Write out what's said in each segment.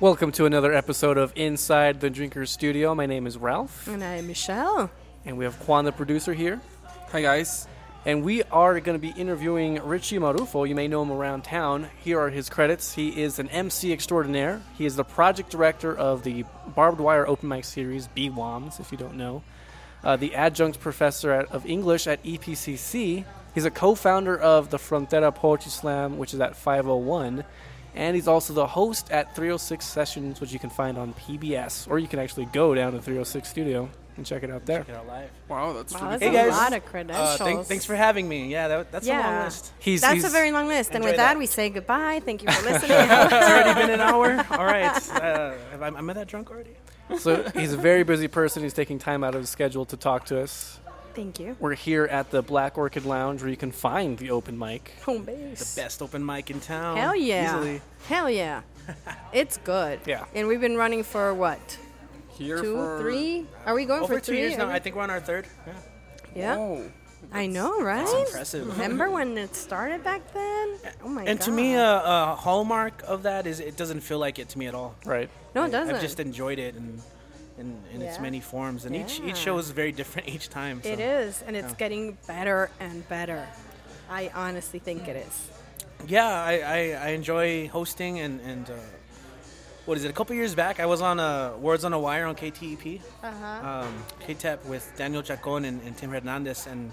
Welcome to another episode of Inside the Drinker's Studio. My name is Ralph, And I'm Michelle. and we have Juan, the producer, here. Hi guys. And we are going to be interviewing Richie Marufo. You may know him around town. Here are his credits. He is an MC extraordinaire. He is the project director of the Barbed Wire Open Mic Series, BWOMS, if you don't know. Uh, the adjunct professor at, of English at E EPCC. He's a co founder of the Frontera Poetry Slam, which is at 501. And he's also the host at 306 Sessions, which you can find on PBS. Or you can actually go down to 306 Studio and check it out there. Wow, that's Wow, that's pretty cool. a Hey, guys. lot of Uh, credentials. thank, thanks for having me. Yeah, that, that's a Yeah. long list. He's, That's he's- a very long list. And Enjoy with that, that. we say goodbye. Thank you for listening. It's already been an hour. All right. Uh, am, am I that drunk already? So he's a very busy person. He's taking time out of his schedule to talk to us. Thank you. We're here at the Black Orchid Lounge where you can find the open mic. Home base. Best open mic in town. Hell yeah. Easily. Hell yeah. It's good. Yeah. And we've been running for what? Here Two, for three? Are we going Over for two three? years now. Are I think we're on our third. Yeah. we- yeah. Oh, I know, right? impressive. Remember when it started back then? Oh my god. And to me, a uh, uh, hallmark of that is it doesn't feel like it to me at all. Right. no, it doesn't. I've just enjoyed it in, in, in its Yeah. many forms, and each Yeah. each show is very different each time. So. It is, and it's getting better and better. I honestly think it is. Yeah, I, I, I enjoy hosting and and uh, what is it? A couple years back, I was on uh, Words on a Wire on KTEP, Uh-huh. um, KTEP with Daniel Chacon and, and Tim Hernandez, and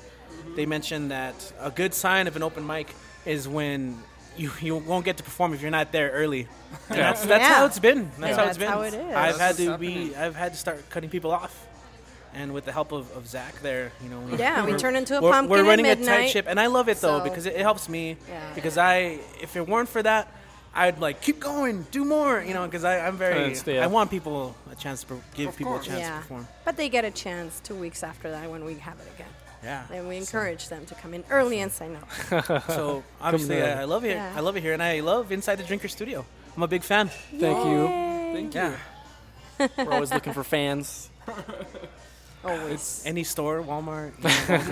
they mentioned that a good sign of an open mic is when you, you won't get to perform if you're not there early. And that's that's Yeah. how it's been. That's Yeah, how that's it's been. how it is. I've had That's to what's be happening. I've had to start cutting people off. And with the help of, of Zach there, you know. we- Yeah, we turn into a we're, pumpkin we're at running a tight midnight. ship, and I love it though So- because it, it helps me. Yeah. Because I, if it weren't for that, I'd like keep going, do more, you know. Because I'm very, Kinda stay up. I want people a chance to per- give Of people course. a chance yeah. to perform. But they get a chance two weeks after that when we have it again. Yeah. And we encourage them to come in early and sign up. So obviously, down. I, I love it. here. Yeah. I love it here, and I love Inside the Drinker Studio. I'm a big fan. Thank thank you. Yeah. you. We're always looking for fans. Always. Any store, Walmart, you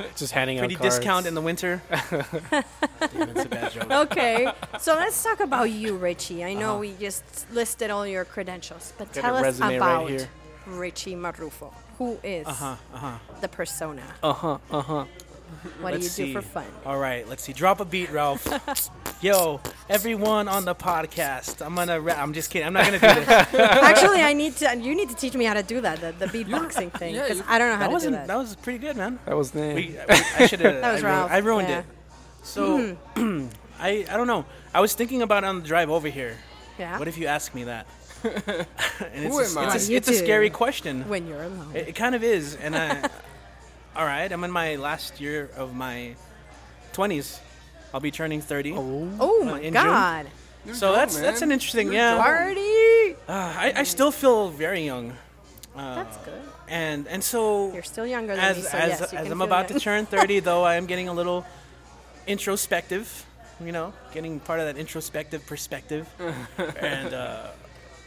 know, Just handing pretty out cards. discount in the winter. Damn, it's a bad joke. okay, so let's talk about you, Richie. I know Uh-huh. we just listed all your credentials, but Got tell a us resume right about here. Richie Marufo. Who is Uh-huh, uh-huh. the persona? Uh-huh, uh-huh. What do you Let's do for fun? All right, let's see. Drop a beat, Ralph. Yo, everyone on the podcast. I'm gonna. Ra- I'm just kidding. I'm not gonna do this. Actually, I need to. You need to teach me how to do that, the, the beatboxing thing, yeah, because you- I don't know how that to do wasn't. that. That. was pretty good, man. That was the We, I should have. That was I Ralph, ruined, I ruined yeah. Mm-hmm. it. So, I I don't know. I was thinking about it on the drive over here. yeah. What if you ask me that? and it's Who a, am I? It's, a, You it's a do. scary question. when you're alone. It, it kind of is, and I. all right, I'm in my last year of my 20s. I'll be turning 30. oh uh, my in June? Oh. God, You're So dope, that's that's man. an interesting. You're yeah, dope. party! Uh, I, I still feel very young. Uh, That's good. And and so You're still younger than as me, so as, yes, you as can I'm feel about that. to turn 30, though, I am getting a little introspective. You know, getting part of that introspective perspective, and uh,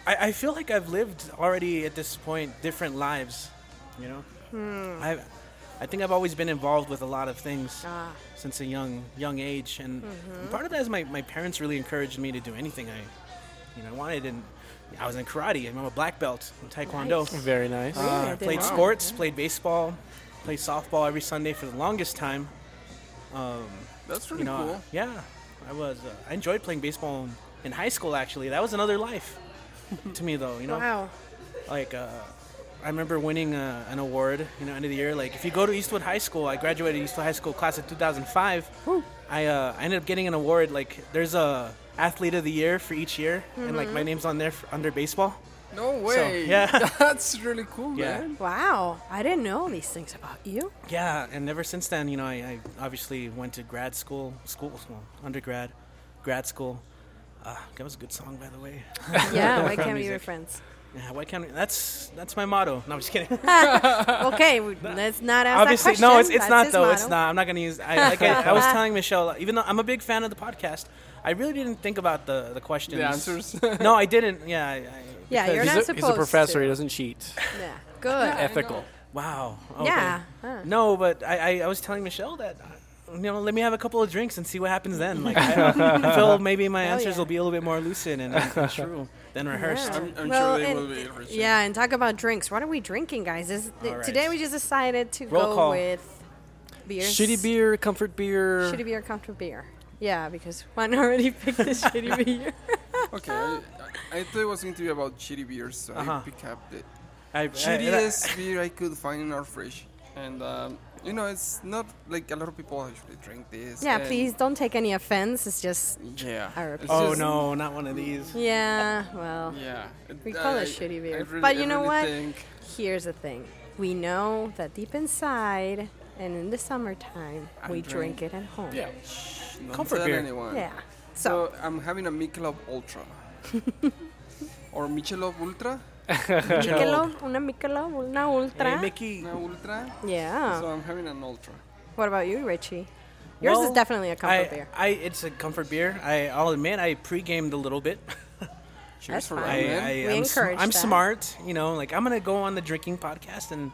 I, I feel like I've lived already at this point different lives. You know, Hmm. I I think I've always been involved with a lot of things Ah. since a young young age, and Mm-hmm. part of that is my, my parents really encouraged me to do anything I you know wanted, and I was in karate. I'm a black belt in taekwondo. Nice. Very nice. Really? I Uh, didn't played know. sports, played baseball, played softball every Sunday for the longest time. Um, That's pretty you know, uh, cool. yeah, I was. Uh, I enjoyed playing baseball in, in high school. Actually, that was another life to me, though. You know, Wow. like uh, I remember winning uh, an award, you know, end of the year. Like if you go to Eastwood High School, I graduated Eastwood High School class of 2005. I uh, I ended up getting an award. Like there's a athlete of the year for each year, and like my name's on there for, under baseball. No way. yeah. that's really cool, Yeah. man. Wow. I didn't know these things about you. Yeah, and ever since then, you know, I, I obviously went to grad school, school, school undergrad, grad school. Uh, that was a good song, by the way. Yeah, why can't we be Music. friends? Yeah, why can't we? That's that's my motto. No, I'm just kidding. Okay, we, let's not ask obviously that question. no it's, it's That's not his though it's motto. Uh-huh. not i'm not gonna use i like I, I was telling michelle even though i'm a big fan of the podcast i really didn't think about the the questions The answers. no i didn't yeah I, I, Yeah, because- you're he's, not a, he's a supposed professor. to. He doesn't cheat. Yeah. Good. Ethical. wow okay. Yeah. huh. no but I, I i was telling michelle that uh, you know let me have a couple of drinks and see what happens then like i, I feel maybe my Hell answers Oh, yeah. will be a little bit more lucid and, and true than rehearsed. Yeah. I'm- I'm sure they will be interesting. Yeah, and talk about drinks. What are we drinking, guys? Is th- All right. today we just decided to Roll go call. with beers. Shitty beer, comfort beer. Shitty beer, comfort beer. Yeah, because Juan already picked the shitty beer. Okay, I, I I thought it was going to be about shitty beers, so Uh-huh. I picked up the I- I- shittiest beer I could find in our fridge. And, um, you know, it's not like a lot of people actually drink this. Yeah, and- please don't take any offense. It's just Yeah. Our it's oh just- no, not one of these. yeah. Well, Yeah. it- We call it I- shitty I beer. really- But I you know really what? think- here's the thing. We know that deep inside and in the summertime I we drink- drink it at home. yeah. Shh, don't Comfort tell beer. anyone. Yeah. So, So I'm having a Michelob Ultra. or Michelob Ultra? Michelob, una Michelob, una Ultra. Hey, Mickey. Now Ultra? yeah. So I'm having an Ultra. What about you, Richie? Yours Well, is definitely a comfort I, beer. I, it's a comfort beer. I, I'll admit, I pre-gamed a little bit. Cheers for fine. that, I, man. I, We I'm, sm- encourage I'm that. smart, you know. Like I'm gonna go on the drinking podcast and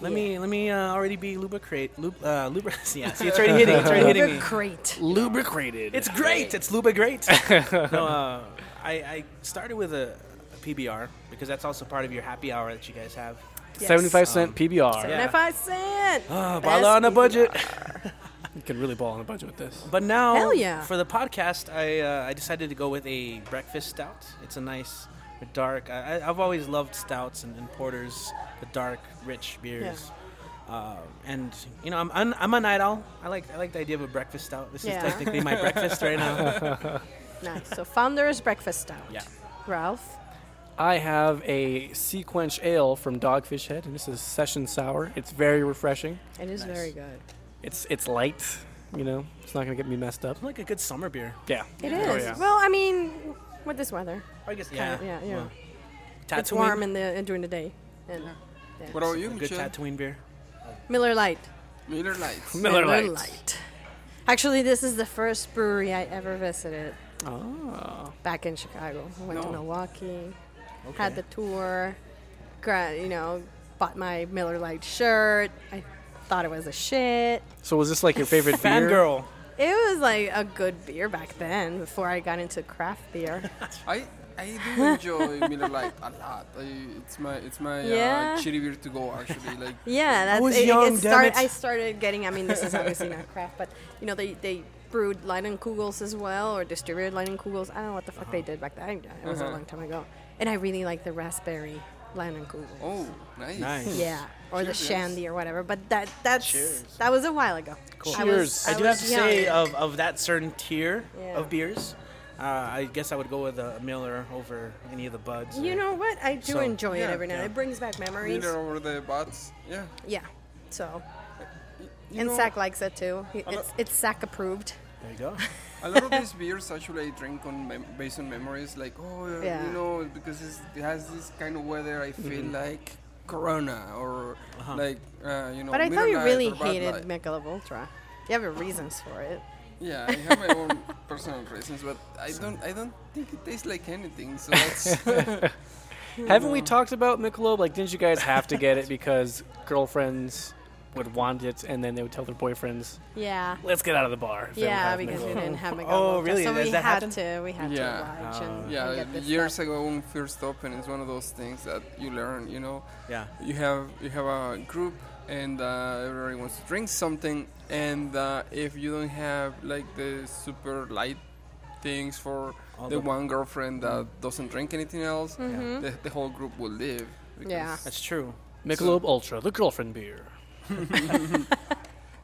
let me let me uh, already be lubricate, lub, uh, lubri- yeah, see, it's already hitting, it's already hitting me. Great. Lubricated. It's great. It's luba great. no, uh, I, I started with a, a PBR because that's also part of your happy hour that you guys have. Yes. 75 cent PBR. yeah. And if I said, Uh, Best bala on a PBR. budget. You can really ball on a budget with this. But now, Hell yeah. for the podcast, I uh, I decided to go with a breakfast stout. It's a nice, dark. I, I- I've always loved stouts and, and porters, the dark, rich beers. Uh, and you know, I'm, I'm I'm a night owl. I like I like the idea of a breakfast stout. This Yeah. is technically my breakfast right now. nice. So, Founder's Breakfast Stout. Yeah. Ralph, I have a Sequench Ale from Dogfish Head, and this is Session Sour. It's very refreshing. it is Nice. very good. It's it's light, you know. It's not going to get me messed up. I'm like a good summer beer. Yeah. It is. Oh, yeah. Well, I mean, with this weather, I guess Kinda, yeah, yeah. well, it's Tatooine. warm in the during the day. And yeah. what about A you, good Michelle? Tatooine beer. Miller Lite. Miller Lights. Miller Lite. Actually, this is the first brewery I ever visited Oh. back in Chicago. I went to No. Milwaukee, Okay. had the tour, gra- you know, bought my Miller Lite shirt. I thought it was a shit. So was this like your favorite beer? fangirl. It was like a good beer back then before I got into craft beer. I I do enjoy Miller Lite a lot. I, it's my it's my Yeah. uh, shitty beer to go actually. Like Yeah, that's was it- it, young, it damn started, it. I started getting. I mean, this is obviously not craft, but you know, they they brewed Leinenkugels as well, or distributed Leinenkugels. I don't know what the fuck they did back then. I- It was a Uh-huh. long time ago. And I really like the raspberry Leinenkugel. oh nice. Nice. Yeah, or the Cheers. shandy or whatever. But that that's Cheers. that was a while ago. Cool. Cheers. I, do have to young. say, of, of that certain tier Yeah. of beers, uh, I guess I would go with a Miller over any of the Buds. you or- know what? I do uh, So, enjoy it yeah, every now. and yeah. It brings back memories. Miller over the bots. Yeah. Yeah. So, You and know, Sack likes it too. He- lo- It's it's Sack approved. There you go. a lot of these beers actually I drink on mem- based on memories. Like oh uh, Yeah. you know because it's, it has this kind of weather. I feel like Corona or like uh, you know. But I Miller thought you Lite really or Bud hated Light. Michelob Ultra. You have your reasons for it. Yeah, I have my own personal reasons, but I don't I don't think it tastes like anything. So that's Haven't we talked about Michelob? Like, didn't you guys have to get it because girlfriends would want it, and then they would tell their boyfriends, Yeah. "Let's get out of the bar." if they don't Yeah, have because we Michelob." didn't have Michelob Oh, Ultra, really? So we Does that had happen? to we had Yeah. to oblige and, Yeah, and get this years stuff. ago when first open, it's one of those things that you learn. You know, Yeah. you have you have a group, and uh, everybody wants to drink something, and uh, if you don't have like the super light things for All the, Oh, the- one girlfriend that doesn't drink anything else, Mm-hmm. Mhm. the, the whole group will leave. because- Yeah. That's true. Michelob Ultra, the girlfriend beer.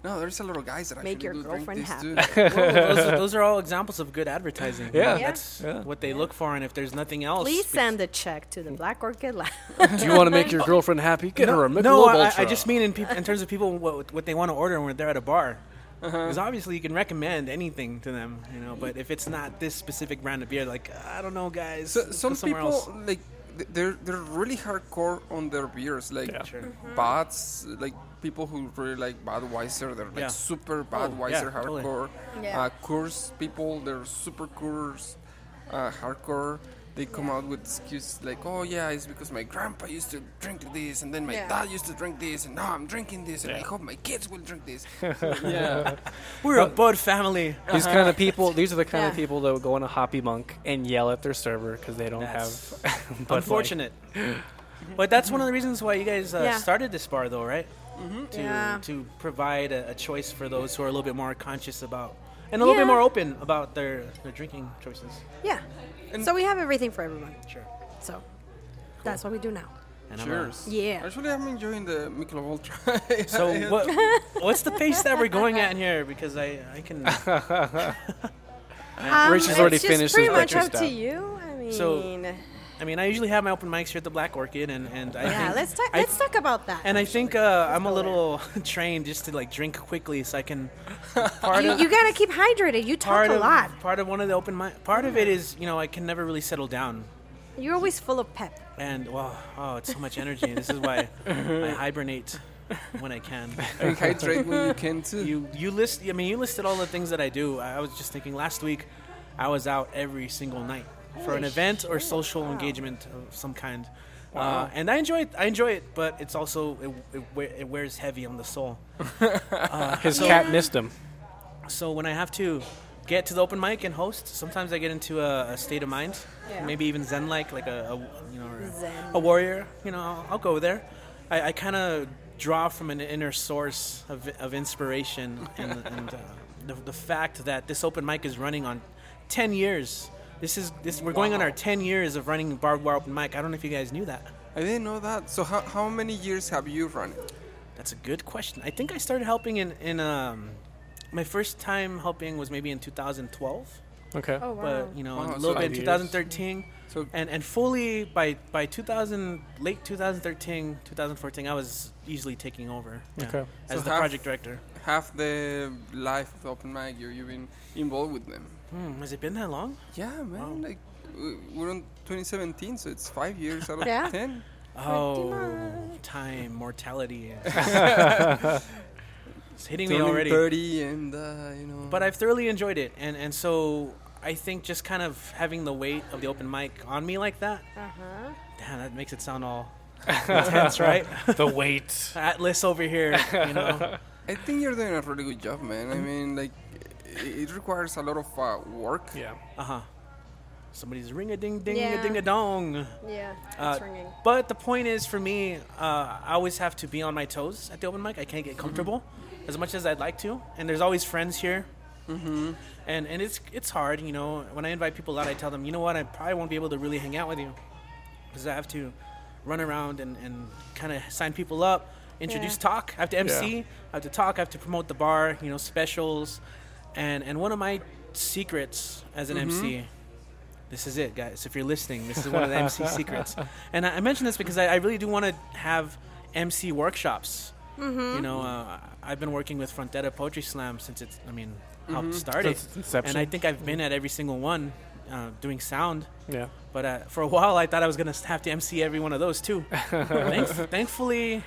No, there's a lot of guys that actually Make your do drink girlfriend this happy. too. Well, those, are- those are all examples of good advertising. You Yeah. know, Yeah. That's Yeah. what they look for, and if there's nothing else. Please bec- send a check to the Black Orchid Lab. Do you want to make your girlfriend happy? Get No, her a Michelob no, I- Ultra. I, I just mean in, peop in terms of people what, what they want to order when they're at a bar. Because obviously you can recommend anything to them, you know. But if it's not this specific brand of beer, like I don't know, guys, So, go some somewhere people else. like th- they're they're really hardcore on their beers, like Yeah. Sure. Mm-hmm. bots, like people who really like Budweiser. They're like Yeah. Oh, super Budweiser yeah, totally. hardcore. Yeah. Uh, Coors people, they're super Coors uh, hardcore. they come out with excuses like, "Oh yeah, it's because my grandpa used to drink this, and then my Yeah. dad used to drink this, and now I'm drinking this, and I Yeah. hope my kids will drink this." yeah, We're a Bud family. These kind of people. These are the kind of Uh-huh. Yeah. people that would go on a Hoppy Monk and yell at their server because they don't That's have. Bud Light. Unfortunate. but that's one of the reasons why you guys uh, Yeah. Mm-hmm. started this bar, though, right? To, Yeah. to provide a, a choice for those who are a little bit more conscious about and a little bit Yeah. more open about their, their drinking choices. Yeah. And- so we have everything for everyone. Sure. So that's what we do now. And I'm, uh, cheers. Yeah. Actually, I'm enjoying the Michelob Ultra. so what, what's the pace that we're going at here? Because I, I can. Um, Rich has already it's finished just pretty his much breakfast up to out. you. I mean, So- I mean, I usually have my open mics here at the Black Orchid, and, and I yeah. think- Let's talk. I- let's talk about that. And I think uh, I'm a go little trained just to like drink quickly, so I can. Part you, of, you gotta keep hydrated. You talk part a of lot. part of one of the open mic. Part of it is you know I can never really settle down, You're always full of pep. and well, oh, it's so much energy. this is why I hibernate when I can. and hydrate when you can too. You you list. I mean, you listed all the things that I do. I I was just thinking last week, I was out every single night for an Holy event or shit, social wow. engagement of some kind. Uh, and I enjoy it. I enjoy it, but it's also it, it, we- it wears heavy on the soul. His Yeah. cat missed him. So when I have to get to the open mic and host, sometimes I get into a, a state of mind, Yeah. maybe even zen-like, like a, a you know or a- Zen. a warrior. You know, I'll, I'll go there. I, I kind of draw from an inner source of, of inspiration and, and uh, the, the fact that this open mic is running on ten years. This is this we're going on our ten years of running barbed wire open mic. I don't know if you guys knew that. I didn't know that. So how, how many years have you run it? That's a good question. I think I started helping in in um, my first time helping was maybe in 2012. Okay. Oh wow. but you know, Wow, a so little bit in five years. 2013, So and and fully by by 2000 late 2013, 2014, I was easily taking over yeah, Okay. as So the half- project director. half the life of the open mic, you, you've been involved with them. Hmm, has it been that long? Yeah, man. Wow. Like w- we're on 2017, so it's five years out of Yeah. ten. Oh, time, mortality. it's hitting me Turning already. 30, and uh, you know. But I've thoroughly enjoyed it, and and so I think just kind of having the weight of the open mic on me like that, Uh huh. damn, that makes it sound all intense, right? the weight. Atlas over here, you know. I think you're doing a really good job, man. I mean, like i- it requires a lot of uh, work. Yeah. Uh huh. Somebody's ring a ding ding Yeah. a ding a dong. Yeah. Uh, it's ringing. But the point is, for me, uh, I always have to be on my toes at the open mic. I can't get comfortable Mm-hmm. as much as I'd like to, and there's always friends here. Mm-hmm. And and it's it's hard, you know. When I invite people out, I tell them, you know what, I probably won't be able to really hang out with you because I have to run around and, and kind of sign people up, introduce Yeah. talk. I have to MC. Yeah. I have to talk. I have to promote the bar, you know, specials, and and one of my secrets as an Mm-hmm. MC. This is it, guys. If you're listening, this is one of the MC secrets. And I, I mention this because I, I really do want to have MC workshops. You know, uh, I've been working with Frontera Poetry Slam since it's, I mean, how it started. Since its inception. And I think I've been at every single one uh, doing sound. Yeah. But uh, for a while, I thought I was gonna have to MC every one of those too. Thank- thankfully,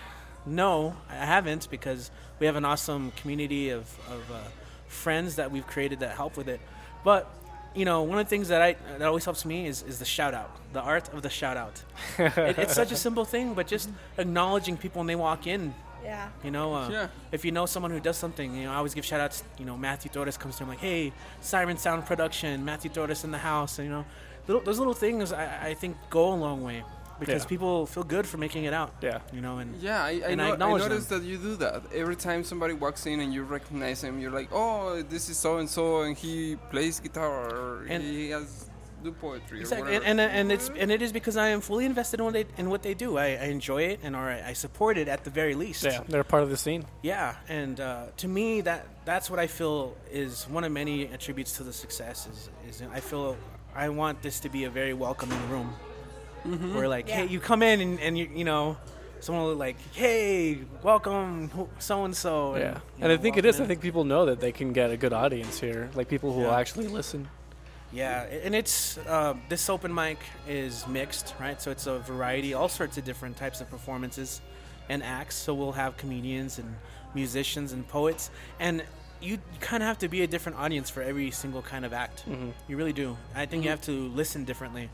no, I haven't because we have an awesome community of, of uh, friends that we've created that help with it. But you know, one of the things that I that always helps me is, is the shout out, the art of the shout out. it, it's such a simple thing, but just acknowledging people when they walk in. Yeah. You know, uh, Yeah. if you know someone who does something, you know, I always give shout outs. You know, Matthew Torres comes to him like, hey, Siren Sound Production, Matthew Torres in the house. And, you know, little, those little things I, I think go a long way because Yeah. people feel good for making it out. Yeah. You know, and Yeah, I, I, And I know, I, acknowledge noticed that you do that. Every time somebody walks in and you recognize him, you're like, "Oh, this is so and so, and he plays guitar, or And- he has do poetry, or Exactly, whatever." and, and and it's and it is because I am fully invested in what they in what they do. I, I enjoy it, and or I, I support it at the very least. Yeah. They're part of the scene. Yeah, and uh, to me, that that's what I feel is one of many attributes to the success. Is, is I feel I want this to be a very welcoming room, Mm-hmm. where like, Yeah. hey, you come in and, and you you know, someone will like, hey, welcome, so and so. Yeah. And I think it is. I think people know that they can get a good audience here, like people who will Yeah. actually listen. Yeah, a- and it's uh, this open mic is mixed, right? So it's a variety, all sorts of different types of performances and acts. So we'll have comedians and musicians and poets, and you kind of have to be Mm-hmm. a different audience for every single kind of act. You really do. I think you have to listen differently.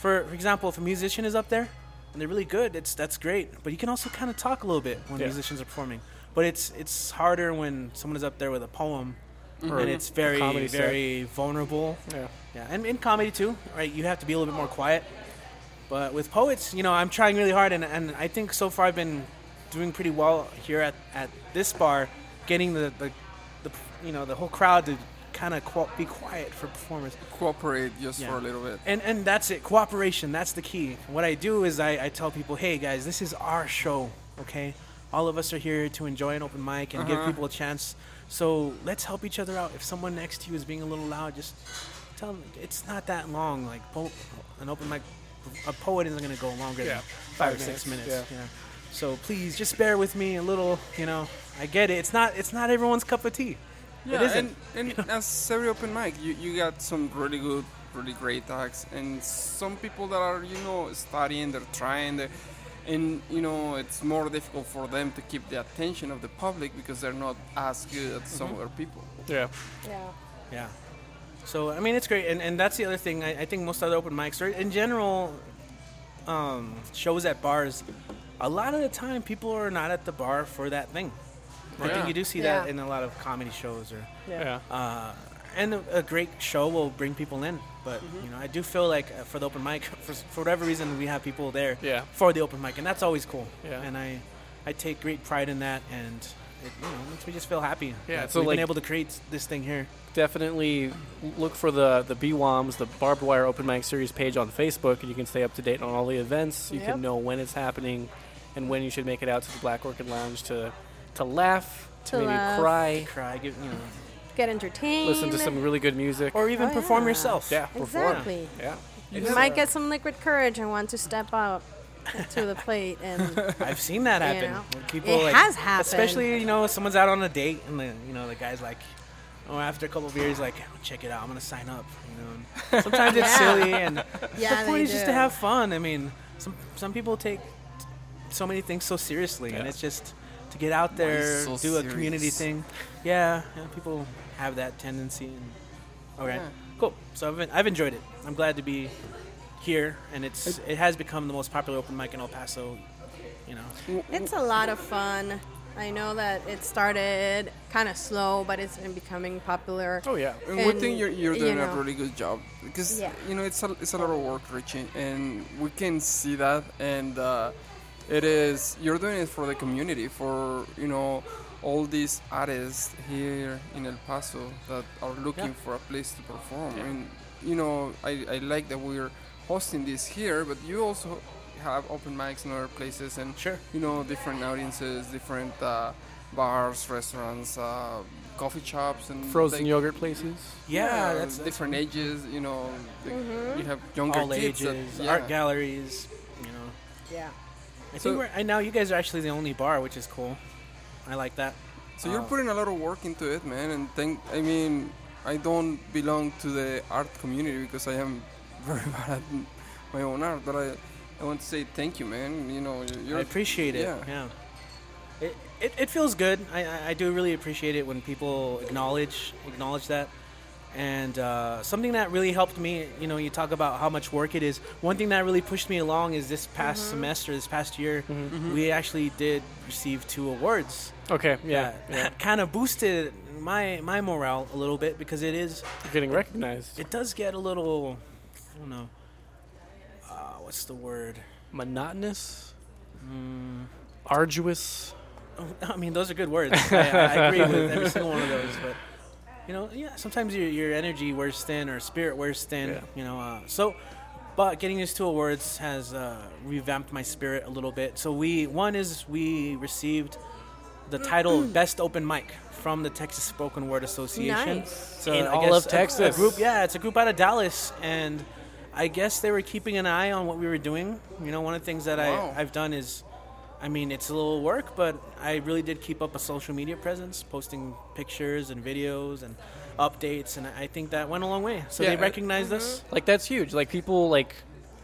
for, for example, if a musician is up there and they're really good, it's that's great. But you can also kind of talk a little bit when Yeah. musicians are performing. But it's it's harder when someone is up there with a poem and it's very Mm-hmm. comedy set. very vulnerable. Yeah. Yeah, and in comedy too, right? You have to be a little bit more quiet. But with poets, you know, I'm trying really hard, and, and I think so far I've been doing pretty well here at, at this bar, getting the, the, the you know the whole crowd to kind of qu- be quiet for performers. Cooperate just Yeah. for a little bit. And and that's it. Cooperation. That's the key. What I do is I, I tell people, hey guys, this is our show. Okay, all of us are here to enjoy an open mic and give Uh-huh. people a chance. So let's help each other out. If someone next to you is being a little loud, just tell them it's not that long. Like po- an open mic, a poet isn't going to go longer Yeah. than five or Five six minutes, minutes. yeah. So please just bear with me a little. You know, I get it. It's not it's not everyone's cup of tea. Yeah, it isn't. and, and as every open mic, you, you got some really good, really great acts, and some people that are you know studying, they're trying, they and you know it's more difficult for them to keep the attention of the public because they're not as good as Mm-hmm. some other people. Yeah. Yeah. Yeah. So I mean, it's great, and, and that's the other thing. I, I think most other open mics, or in general, um, shows at bars, a lot of the time people are not at the bar for that thing. I Yeah. think you do see that Yeah. in a lot of comedy shows, or Yeah. uh, and a, a great show will bring people in. But Mm-hmm. you know, I do feel like uh, for the open mic, for, s- for whatever reason, we have people there Yeah. for the open mic, and that's always cool. Yeah. And I, I take great pride in that, and it, you know, makes me just feel happy. Yeah, that so, we've like- been able to create this thing here. Definitely look for the the BWOMs, the barbed wire open mic series page on Facebook, and you can stay up to date on all the events. You Yep. can know when it's happening, and when you should make it out to the Black Orchid Lounge to to laugh, to, To maybe laugh. cry, Cry, give, you know. Get entertained. listen to some really good music, or even Oh, perform yeah. yourself. yeah, perform. Exactly. Yeah. You might get some liquid courage and want to step up to the plate and I've seen that happen. know. When people It like, has happened. Especially you know, someone's out on a date and the you know the guy's like, oh, after a couple of beers, like, "Oh, check it out, I'm gonna sign up. You know, and sometimes it's Yeah. silly and Yeah, the point they is just to do. have fun. I mean, some some people take so many things so seriously, and Yeah. it's just to get out there, so do a community serious? thing. Yeah, yeah, people have that tendency. And, okay, Yeah. cool. So I've, been, I've enjoyed it. I'm glad to be here, and it's it has become the most popular open mic in El Paso. You know, it's a lot of fun. I know that it started kind of slow, but it's been becoming popular. Oh yeah. And, we think And, you're, you're you doing know. a really good job because Yeah. you know it's a, it's a lot of work, Richie, and we can see that. And uh, it is you're doing it for the community, for you know all these artists here in El Paso that are looking Yeah. for a place to perform. And you know I, I like that we're hosting this here, but you also have open mics in other places and Sure. you know different audiences, different uh, bars, restaurants, uh, coffee shops, and Frozen like- yogurt places. yeah, that's, that's uh, different ages. You know, like, Mm-hmm. you have younger all kids. ages, that- yeah. art galleries. You know, Yeah. I So- think we're, I now you guys are actually the only bar, which is cool. I like that. So you're Oh. putting a lot of work into it, man. And thank, I mean, I don't belong to the art community because I am very bad at m- my own art. But I, I want to say thank you, man. You know, you- you're I appreciate it. yeah. Yeah. It, it, it feels good. I, I, I do really appreciate it when people acknowledge acknowledge that. And uh, something that really helped me, you know, you talk about how much work it is. One thing that really pushed me along is this past semester, this past year, we actually did receive two awards. Mm-hmm. Okay. Yeah. That- that kind of boosted my my morale a little bit because it is You're getting recognized. it does get a little I don't know uh, what's the word Mm, Monotonous. Arduous. Oh, I mean, those are good words. I, I agree with every single one of those. But you know, yeah, sometimes your your energy wears thin or spirit wears thin. Yeah. You know, uh, so but getting these two awards has uh, revamped my spirit a little bit. So we one is we received the title Mm-hmm. of best open mic from the Texas Spoken Word Association. Nice. So In I all guess of a- Texas. a group, yeah, it's a group out of Dallas, and I guess they were keeping an eye on what we were doing. You know, one of the things that Wow. I, I've done is, I mean, it's a little work, but I really did keep up a social media presence, posting pictures and videos and updates, and I think that went a long way. So Yeah, they uh, recognized us. Like that's huge. Like people like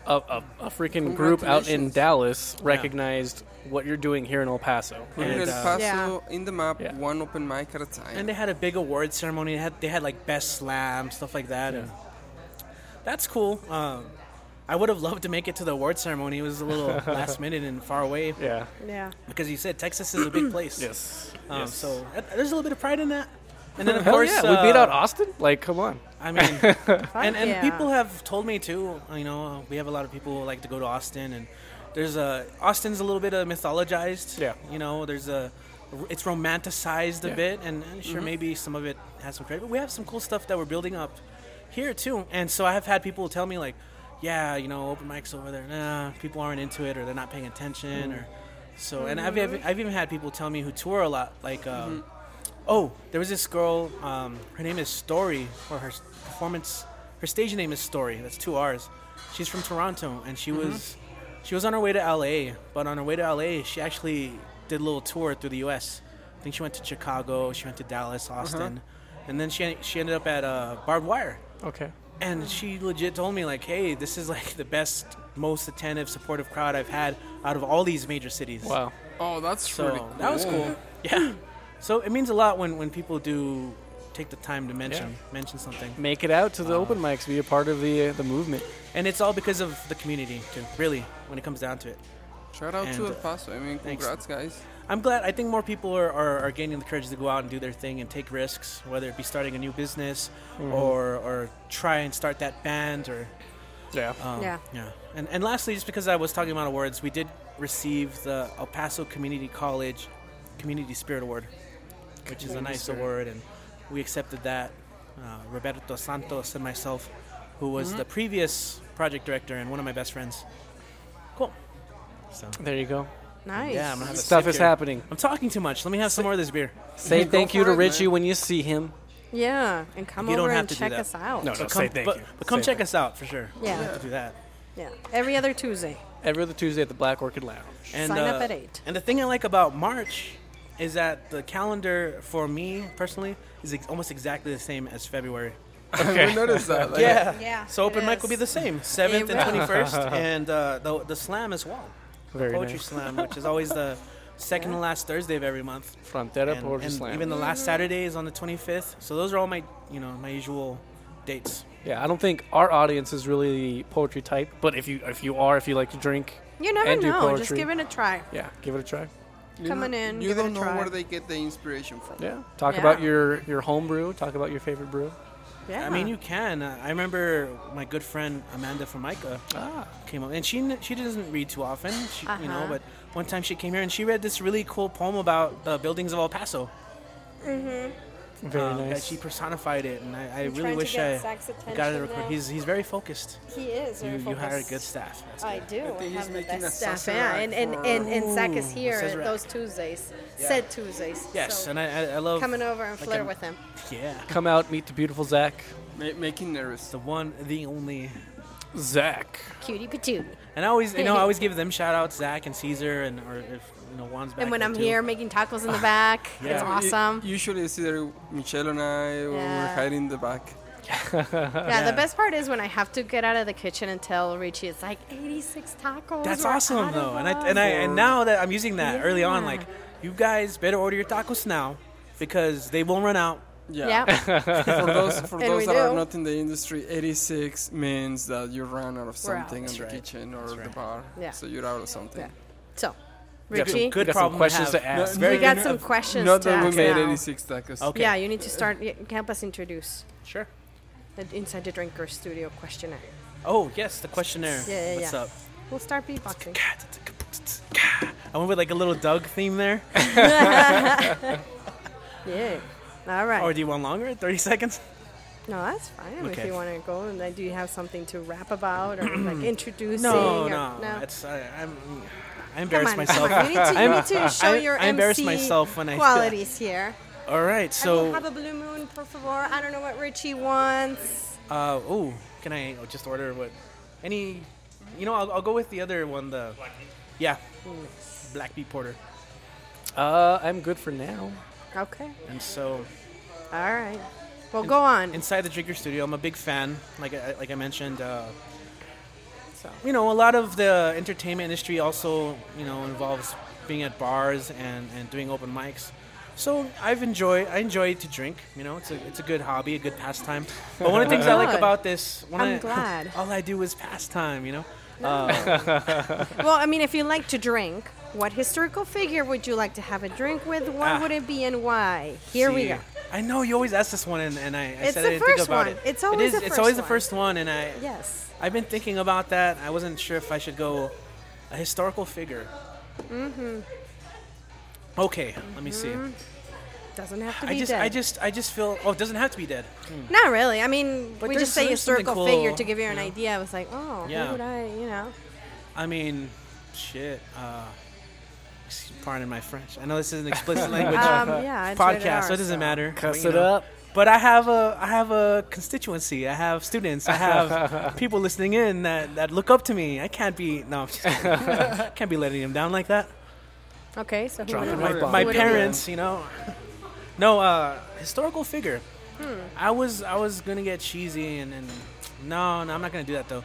a, a, a freaking group out in Congratulations. Dallas recognized what you're doing here in El Paso. We're in And, El uh, Paso in the map, Yeah. one open mic at a time. And they had a big award ceremony. They had they had like best slam stuff like that. And that's cool. Um, I would have loved to make it to the award ceremony. It was a little last minute and far away Yeah. Yeah. because you said Texas is a big place. Yes. Um, yes. So that, there's a little bit of pride in that. And then of Hell course yeah, we beat out uh, Austin. Like, come on. I mean, Fuck and and yeah. people have told me too. You know, we have a lot of people who like to go to Austin, and there's a Austin's a little bit uh, mythologized. Yeah. You know, there's a it's romanticized a Yeah. bit, and and sure maybe some of it has some credit, but we have some cool stuff that we're building up here too. And so I have had people tell me like, yeah, you know, open mics over there, nah, people aren't into it, or they're not paying attention, or so. And I've, I've I've even had people tell me who tour a lot like. Um, Oh, there was this girl. Um, her name is Story, or her s- performance, her stage name is Story. That's two R's. She's from Toronto, and she was she was on her way to LA. But on her way to LA, she actually did a little tour through the U.S. I think she went to Chicago, she went to Dallas, Austin, and then she she ended up at uh, Barbed Wire. Okay. And she legit told me like, "Hey, this is like the best, most attentive, supportive crowd I've had out of all these major cities." Wow. Oh, that's So really cool. that was cool. yeah. So it means a lot when, when people do take the time to mention mention something, Make it out to the open mics. Be a part of the uh, the movement. and it's all because of the community too. Really, when it comes down to it, Shout out And, to uh, El Paso. I mean, thanks. congrats, guys. I'm glad. I think more people are, are, are gaining the courage to go out and do their thing and take risks, whether it be starting a new business or or try and start that band or Yeah. um, Yeah. yeah. And and lastly, just because I was talking about awards, we did receive the El Paso Community College Community Spirit Award, which is a nice award, and we accepted that. Uh, Roberto Santos and myself, who was Mm-hmm. the previous project director and one of my best friends. Cool. So There you go. Nice. yeah, I'm gonna have a Stuff sip is here. happening. I'm talking too much. Let me have some more of this beer. Say Go thank you for to it, Richie man. when you see him. Yeah, and come You don't over have and to do check that. us out. No, no. But come, say thank but, you. but come Say check that. us out for sure. Yeah. We'll have to do that. Yeah, every other Tuesday. Every other Tuesday at the Black Orchid Lounge. And, Sign up uh, at eight. And the thing I like about March is that the calendar for me personally is ex- almost exactly the same as February. uh, I noticed that. Like, Yeah, So open it mic is. will be the same, seventh It and will. twenty first, and uh, the the slam as well, Very poetry nice. slam, which is always the second and last Thursday of every month. Frontera and, Poetry and Slam. even the last Saturday is on the twenty fifth. So those are all my you know my usual dates. yeah, I don't think our audience is really poetry type, but if you if you are, if you like to drink, You never and do know. Poetry, Just give it a try. yeah, give it a try. you Coming know- in, You give it a don't know try. where they get the inspiration from. Yeah, talk Yeah. about your your home brew. Talk about your favorite brew. Yeah. I mean, you can. Uh, I remember my good friend Amanda from Micah came up, and she kn- she doesn't read too often, she, you know. Ah. Uh-huh. But one time she came here and she read this really cool poem about the buildings of El Paso. Very um, That nice. she personified it, and I, I I'm really trying to wish get I Zach's got it attention to record. now. He's he's very focused. he is. You, you hired good staff. That's I good. do. I, think he's have the making best a staff. Yeah, Sazerac and and, for- and and Zach is Ooh, here Sazerac. those Tuesdays. Said Tuesdays. Yes, So and I, I, I love coming over and like flirt an- with him. Yeah, Come out, meet the beautiful Zach. Ma- making nervous. the one, the only. Zach. Cutie patootie. And I always, you know, I always give them shout outs, Zach and Caesar, and or if you know Juan's back. And when there, I'm too. here making tacos in the back, it's Yeah. U- awesome. Usually it's either Michelle and I or we're Yeah. hiding in the back. Yeah, Yeah. the best part is when I have to get out of the kitchen and tell Richie it's like 86 tacos. That's we're awesome out of though, and I them. and I and now that I'm using that early on, Yeah. like you guys better order your tacos now because they won't run out. Yeah. yeah, for those for And those we that are do. not in the industry, 86 means that you ran out of something in out. the That's right. kitchen or the right. bar. Yeah. So you're out of something. Yeah. so We got some Richie, Good we got Some problem to questions to, have. ask. we No, Very got good. some questions. Not to that we ask made now. 86 tacos. Okay. Yeah, you need to start. y- Help us introduce Sure. the Inside the Drinker Studio questionnaire. Oh yes, the questionnaire. Yeah, yeah, What's yeah. up? We'll start beatboxing. I went with like a little Doug theme there. Yeah. All right. Or do you want longer? Thirty seconds? no, that's fine. If Okay. you want to go, and then do you have something to rap about or like introducing? No, or, no. no. It's I, I'm I Come embarrass on, myself. Come on. You need to, you need to show I- your I embarrass MC myself when I- qualities here. All right, I so will have a blue moon, por favor. I don't know what Richie wants. uh, oh, can I just order what? Any? You know, I'll, I'll go with the other one. The yeah, black beet porter. Uh, I'm good for now. Okay. And so All right. Well, go on. inside the Drinker Studio. I'm a big fan. Like I, like I mentioned, uh, So. you know, a lot of the entertainment industry also you know involves being at bars and, and doing open mics. So I've enjoyed. I enjoy to drink. You know, it's a it's a good hobby, a good pastime. But one of the things I like Good. about this, when I'm I- glad. all I do is pastime. You know, Well, I mean, if you like to drink, what historical figure would you like to have a drink with? What Ah. would it be and why? Here we See, go. I know you always ask this one, and, and I, I It's said the I didn't first think about one. it. It's It always is- the it's first always the one. first one, and I Yes. I've been thinking about that. I wasn't sure if I should go a historical figure. Mm-hmm. Okay, let me see. Doesn't have Mm-hmm. to be I just, dead. I just, I just feel. Oh, it doesn't have to be dead. Not really. I mean, But we there's just say some- something historical figure cool, to give you you an know? idea. I was like, oh, Yeah. who would I, you know? I mean, shit. Uh, ex- pardon my French. I know this is an explicit language Ah, Um, yeah. it's rated uh, podcast, R, so it doesn't matter. but, Cuss you it know. up. But I have a I have a constituency. I have students. I have people listening in that, that look up to me. I can't be no, I'm just kidding. can't be letting them down like that. Okay, so who would Dropping it my be? bomb. My Who would it be? parents, you know. No, uh, historical figure. Hmm. I was I was gonna get cheesy and, and no no I'm not gonna do that though.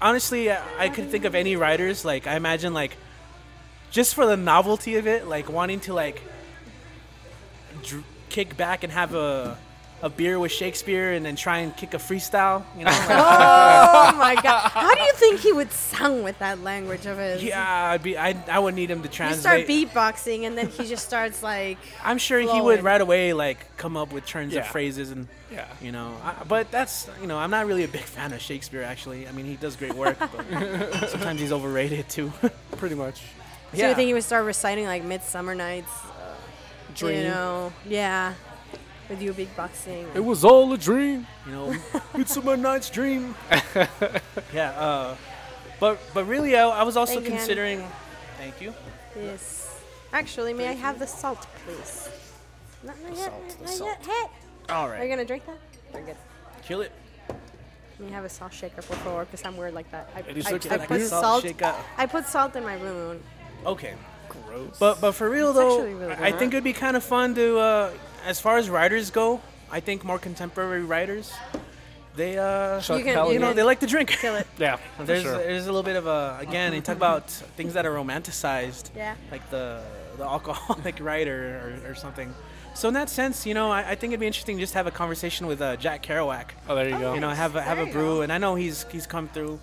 Honestly, I, I could think of any writers like I imagine like just for the novelty of it, like wanting to like dr- kick back and have a a beer with Shakespeare and then try and kick a freestyle, you know. Like, Oh my god! How do you think he would sung with that language of his? yeah, I'd be, I I would need him to You start translate. beatboxing and then he just starts like. I'm sure he flowing. would right away like come up with turns of Yeah. phrases and Yeah. you know. I, but that's you know I'm not really a big fan of Shakespeare actually. I mean he does great work, but sometimes he's overrated too. Pretty much. So you think he would start reciting like Midsummer Nights? Dream. You know? Yeah. With you beatboxing. It was all a dream. you know, it's my night's dream. yeah, uh, but but really I, I was also Thank you, Hannah. considering. Thank you. Yes. Actually, may I have the salt, please? Not, not yet. salt, the not salt. yet. Hey, All are you right, gonna drink that? Very good. kill it. Let me have a salt shaker for four because I'm weird like that. I, It is I, okay I like put this. Salt salt. shake up. I put salt in my moon. Okay, Gross. but but for real though, actually really I I good. think it'd be kind of fun to, uh, as far as writers go, I think more contemporary writers, they uh, Chuck You can- Palahniuk. you know they like to drink. Kill it. yeah, for There's, sure. there's a little bit of a again. They talk about things that are romanticized, Yeah. like the the alcoholic writer or, or something. So in that sense, you know, I, I think it'd be interesting just to have a conversation with uh, Jack Kerouac. Oh, there you go. You know, have a, have There a you brew, go. and I know he's he's come through,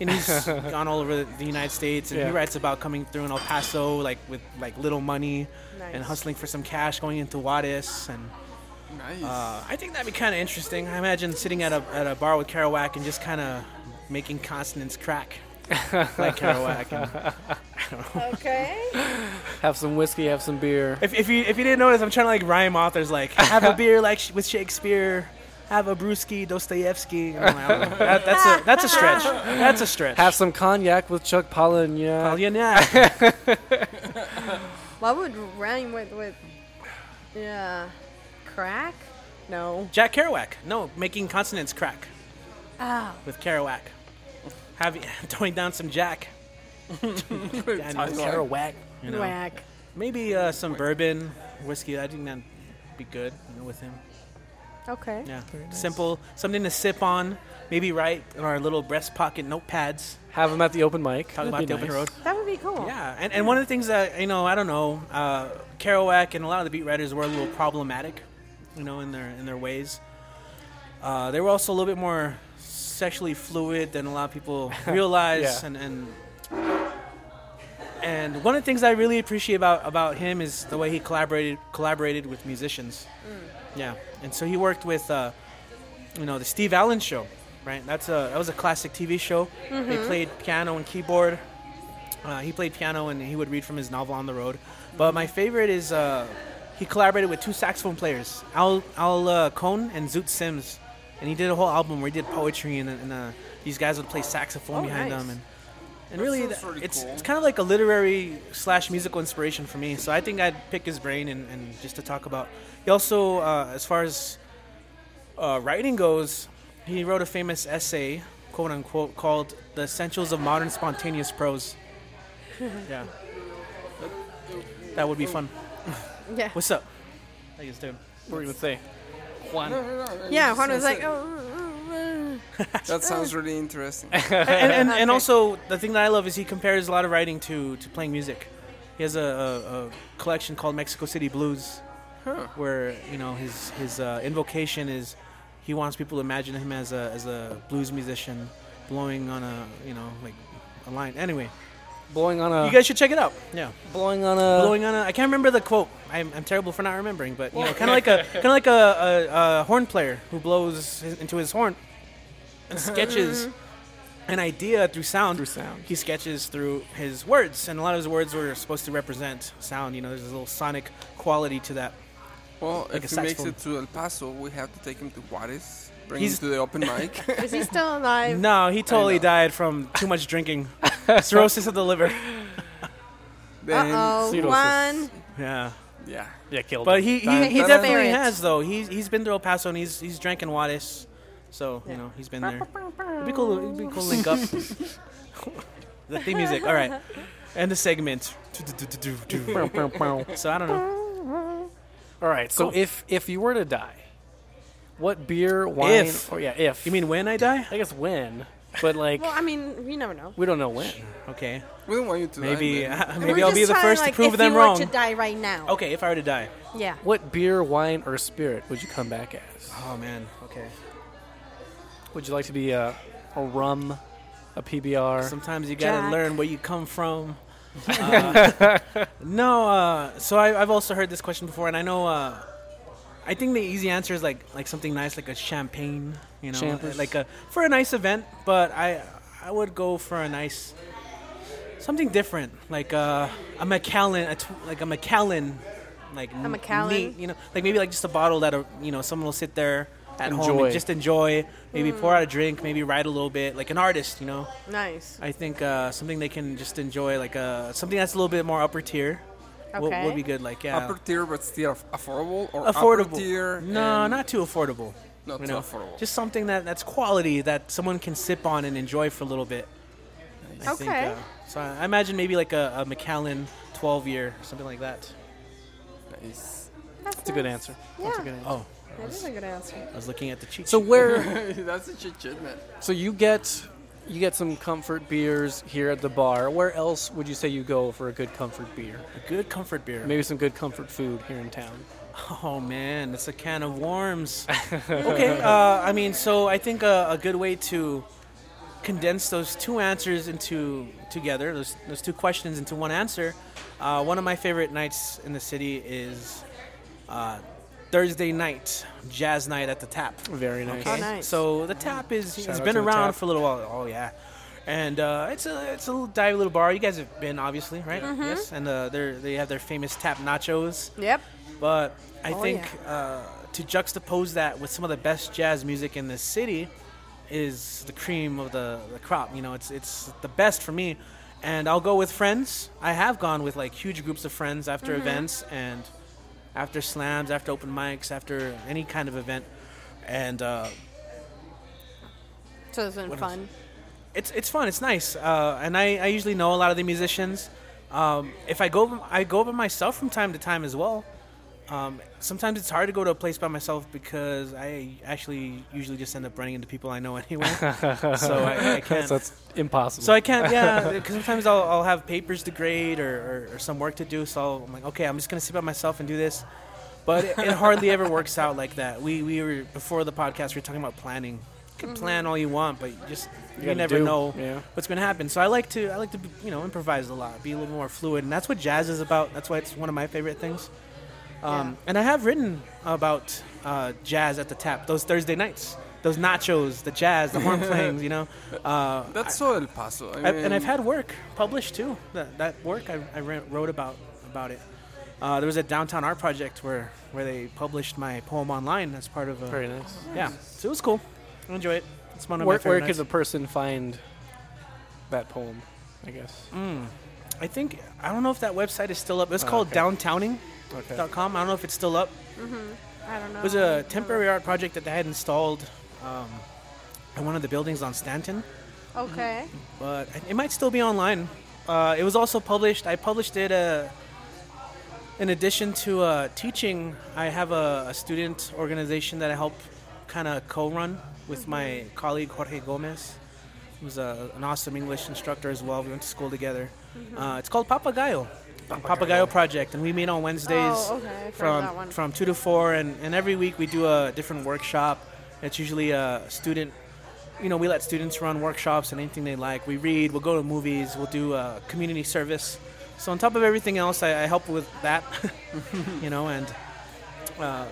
and he's gone all over the United States, and he Yeah. writes about coming through in El Paso, like with like little money, and Nice. hustling for some cash, going into Juarez, and Nice. uh, I think that'd be kind of interesting. I imagine sitting at a, at a bar with Kerouac and just kind of making consonants crack like Kerouac. And Okay. have some whiskey, have some beer. if, if you if you didn't notice, I'm trying to like rhyme authors like have a beer like sh- with Shakespeare, have a brewski Dostoevsky. I'm like, I don't know. That, that's a that's a stretch. That's a stretch. Have some cognac with Chuck Palahniuk. yeah, yeah. what would rhyme with with? Yeah. Crack? No. Jack Kerouac. No, making consonants crack Oh. with Kerouac. Have throwing down some Jack. And Kerouac. you know. Whack. Maybe uh, some bourbon whiskey. I think that'd be good you know, with him. Okay. Yeah, nice. simple, something to sip on. Maybe write in our little breast pocket notepads. Have them at the open mic. Talk That'd about be the open nice. road. That would be cool. Yeah, and, and one of the things that you know, I don't know, uh, Kerouac and a lot of the beat writers were a little problematic, you know, in their in their ways. Uh, they were also a little bit more sexually fluid than a lot of people realize, Yeah. and and and one of the things I really appreciate about about him is the way he collaborated collaborated with musicians. Yeah, and so he worked with, uh, you know, the Steve Allen Show, right? That's a that was a classic TV show. They Mm-hmm. played piano and keyboard. Uh, he played piano and he would read from his novel on the road. But my favorite is uh, he collaborated with two saxophone players, Al Al uh, Cohn and Zoot Sims, and he did a whole album where he did poetry and, and uh, these guys would play saxophone Oh, behind nice. them and. And really, sounds th- really it's cool. it's kind of like a literary slash musical inspiration for me. So I think I'd pick his brain and, and just to talk about. He also, uh, as far as uh, writing goes, he wrote a famous essay, quote unquote, called "The Essentials of Modern Spontaneous Prose." yeah, that would be fun. Yeah. What's up? How you guys doing? What were you gonna say? Juan. Yeah. Juan was like, that, oh. sounds really interesting. and and, and Okay. also the thing that I love is he compares a lot of writing to, to playing music. He has a, a, a collection called Mexico City Blues, where you know his his uh, invocation is he wants people to imagine him as a as a blues musician blowing on a you know like a line. Anyway, blowing on a you guys should check it out. Yeah, blowing on a blowing on a. I can't remember the quote. I'm, I'm terrible for not remembering, but you know, kind of like a kind of like a, a, a horn player who blows his, into his horn and sketches an idea through sound. Through sound. He sketches through his words, and a lot of his words were supposed to represent sound. You know, there's a little sonic quality to that. Well, Like if a he makes it saxophone. to El Paso, we have to take him to Juarez, bring He's- him to the open mic. oh." Is he still alive? No, he totally know. died from too much drinking, cirrhosis of the liver. then, Uh oh. Pseudosis. One. Yeah. yeah. yeah killed. But he, he, he Dun, dun, definitely dun. has though. He's he's been to El Paso and he's he's drinking Juarez, so you Yeah. know he's been there. It'd be cool. It'd be cool to link up. the theme music. All right, and the segment. All So I don't know. right. So Cool. if if you were to die, what beer, wine, If. or yeah, if You mean when I die? I guess when, but like Well, I mean, you never know. we don't know when. Okay. We don't want you to die, Maybe man. uh, We're maybe I'll be just the trying, first like, to prove if them you wrong. Oh. Were to die right now. Okay, if I were to die. Yeah. What beer, wine, or spirit would you come back as? Oh man. Okay. Would you like to be a, a rum, a PBR? Sometimes you gotta Jack. learn where you come from. Uh, no, uh, so I, I've also heard this question before, and I know. Uh, I think the easy answer is like like something nice, like a champagne, you know, Champers. like a for a nice event. But I I would go for a nice something different, like uh, a Macallan, a tw- like a Macallan, like a Macallan? you know, like maybe like just a bottle that a, you know someone will sit there at home Enjoy. and just enjoy, maybe Mm. pour out a drink, maybe write a little bit, like an artist, you know. Nice. I think uh, something they can just enjoy, like uh, something that's a little bit more upper tier, would, Okay. would be good. Like yeah, Upper tier, but still aff- affordable or affordable. Upper tier no, and not too affordable. not you too know? affordable. Just something that, that's quality that someone can sip on and enjoy for a little bit. I think, Okay. uh, so I I imagine maybe like a, a Macallan 12 year, something like that. Nice. That's a good answer. That's a Yeah. good answer. Oh, That is a good answer. I was looking at the cheat. So sheet. where? That's a chit chit, man. so you get you get some comfort beers here at the bar. Where else would you say you go for a good comfort beer? a good comfort beer. Maybe some good comfort food here in town. Oh man, that's a can of worms. okay, uh, I mean, so I think a, a good way to condense those two answers into together, those, those two questions into one answer. Uh, one of my favorite nights in the city is uh, Thursday night, jazz night at the tap. Very nice. Oh, nice. So the tap is Shout it's out been to the around Tap. for a little while. Oh yeah, and uh, it's a it's a little dive little bar. You guys have been obviously right? Mm-hmm. Yes. And uh, they they have their famous tap nachos. Yep. But I Oh, think uh, to juxtapose that with some of the best jazz music in this city is the cream of the, the crop. You know, it's it's the best for me. And I'll go with friends. I have gone with like huge groups of friends after events and after slams, after open mics, after any kind of event. And uh, So it's been What else? fun. it's it's fun. It's nice, uh, and I, I usually know a lot of the musicians. Um, if I go I go by myself from time to time as well. Um, sometimes it's hard to go to a place by myself because I actually usually just end up running into people I know anyway. so I, I can't. So it's impossible. So I can't, yeah, because sometimes I'll, I'll have papers to grade or, or, or some work to do. So I'll, I'm like, okay, I'm just gonna sit by myself and do this. But it, it hardly ever works out like that. We we were before the podcast, we were talking about planning. You can plan all you want, but you just you, gotta never do, know yeah. what's gonna happen. So I like to I like to you know improvise a lot, be a little more fluid, and that's what jazz is about. That's why it's one of my favorite things. Um, Yeah. And I have written about uh, jazz at the tap those Thursday nights, those nachos, the jazz, the horn playing. You know, uh, That's so El Paso. I I, mean, and I've had work published too. That, that work I, I ran- wrote about about it. Uh, there was a downtown art project where where they published my poem online as part of a Very nice. yeah. So it was cool. I enjoy it. It's one Where, of my where favorite could the nights. person find that poem? I guess. Hmm. I think I don't know if that website is still up. It's Oh, called okay. downtowning.com. Okay. I don't know if it's still up. I don't know. It was a temporary art project that they had installed um, in one of the buildings on Stanton. Okay. but it might still be online. Uh, it was also published. I published it. Uh, in addition to uh, teaching, I have a, a student organization that I help kind of co-run with my colleague Jorge Gomez, Mm-hmm. who's a, an awesome English instructor as well. We went to school together. Uh, it's Uh, called Papagayo, Papagayo Project, and we meet on Wednesdays Oh, okay, I've heard from that one. from two to four, and, and every week we do a different workshop. It's usually a student. You know, we let students run workshops and anything they like. We read. We'll go to movies. We'll do uh, community service. So on top of everything else, I, I help with that. you know, and uh,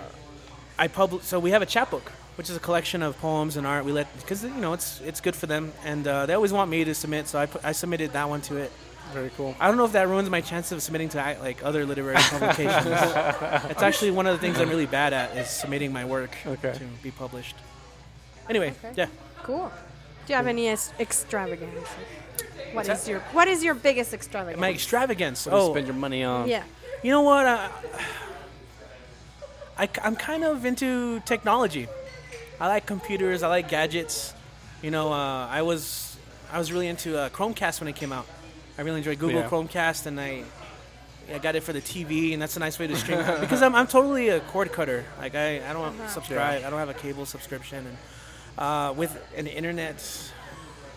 I publish. So we have a chapbook, which is a collection of poems and art. We let because you know it's it's good for them, and uh, they always want me to submit. So I put, I submitted that one to it. Very cool. I don't know if that ruins my chance of submitting to uh, like other literary publications. it's actually one of the things I'm really bad at is submitting my work Okay. to be published. Anyway, yeah. Cool. Do you have any es- extravaganza? What is your What is your biggest extravaganza? My extravagance. What do you Oh, spend your money on? yeah. you know what? I, I, am kind of into technology. I like computers. I like gadgets. You know, uh, I was I was really into uh, Chromecast when it came out. I really enjoyed Google Yeah. Chromecast, and I I got it for the TV, and that's a nice way to stream because I'm I'm totally a cord cutter. Like I, I don't subscribe. I don't have a cable subscription, and uh, with an internet.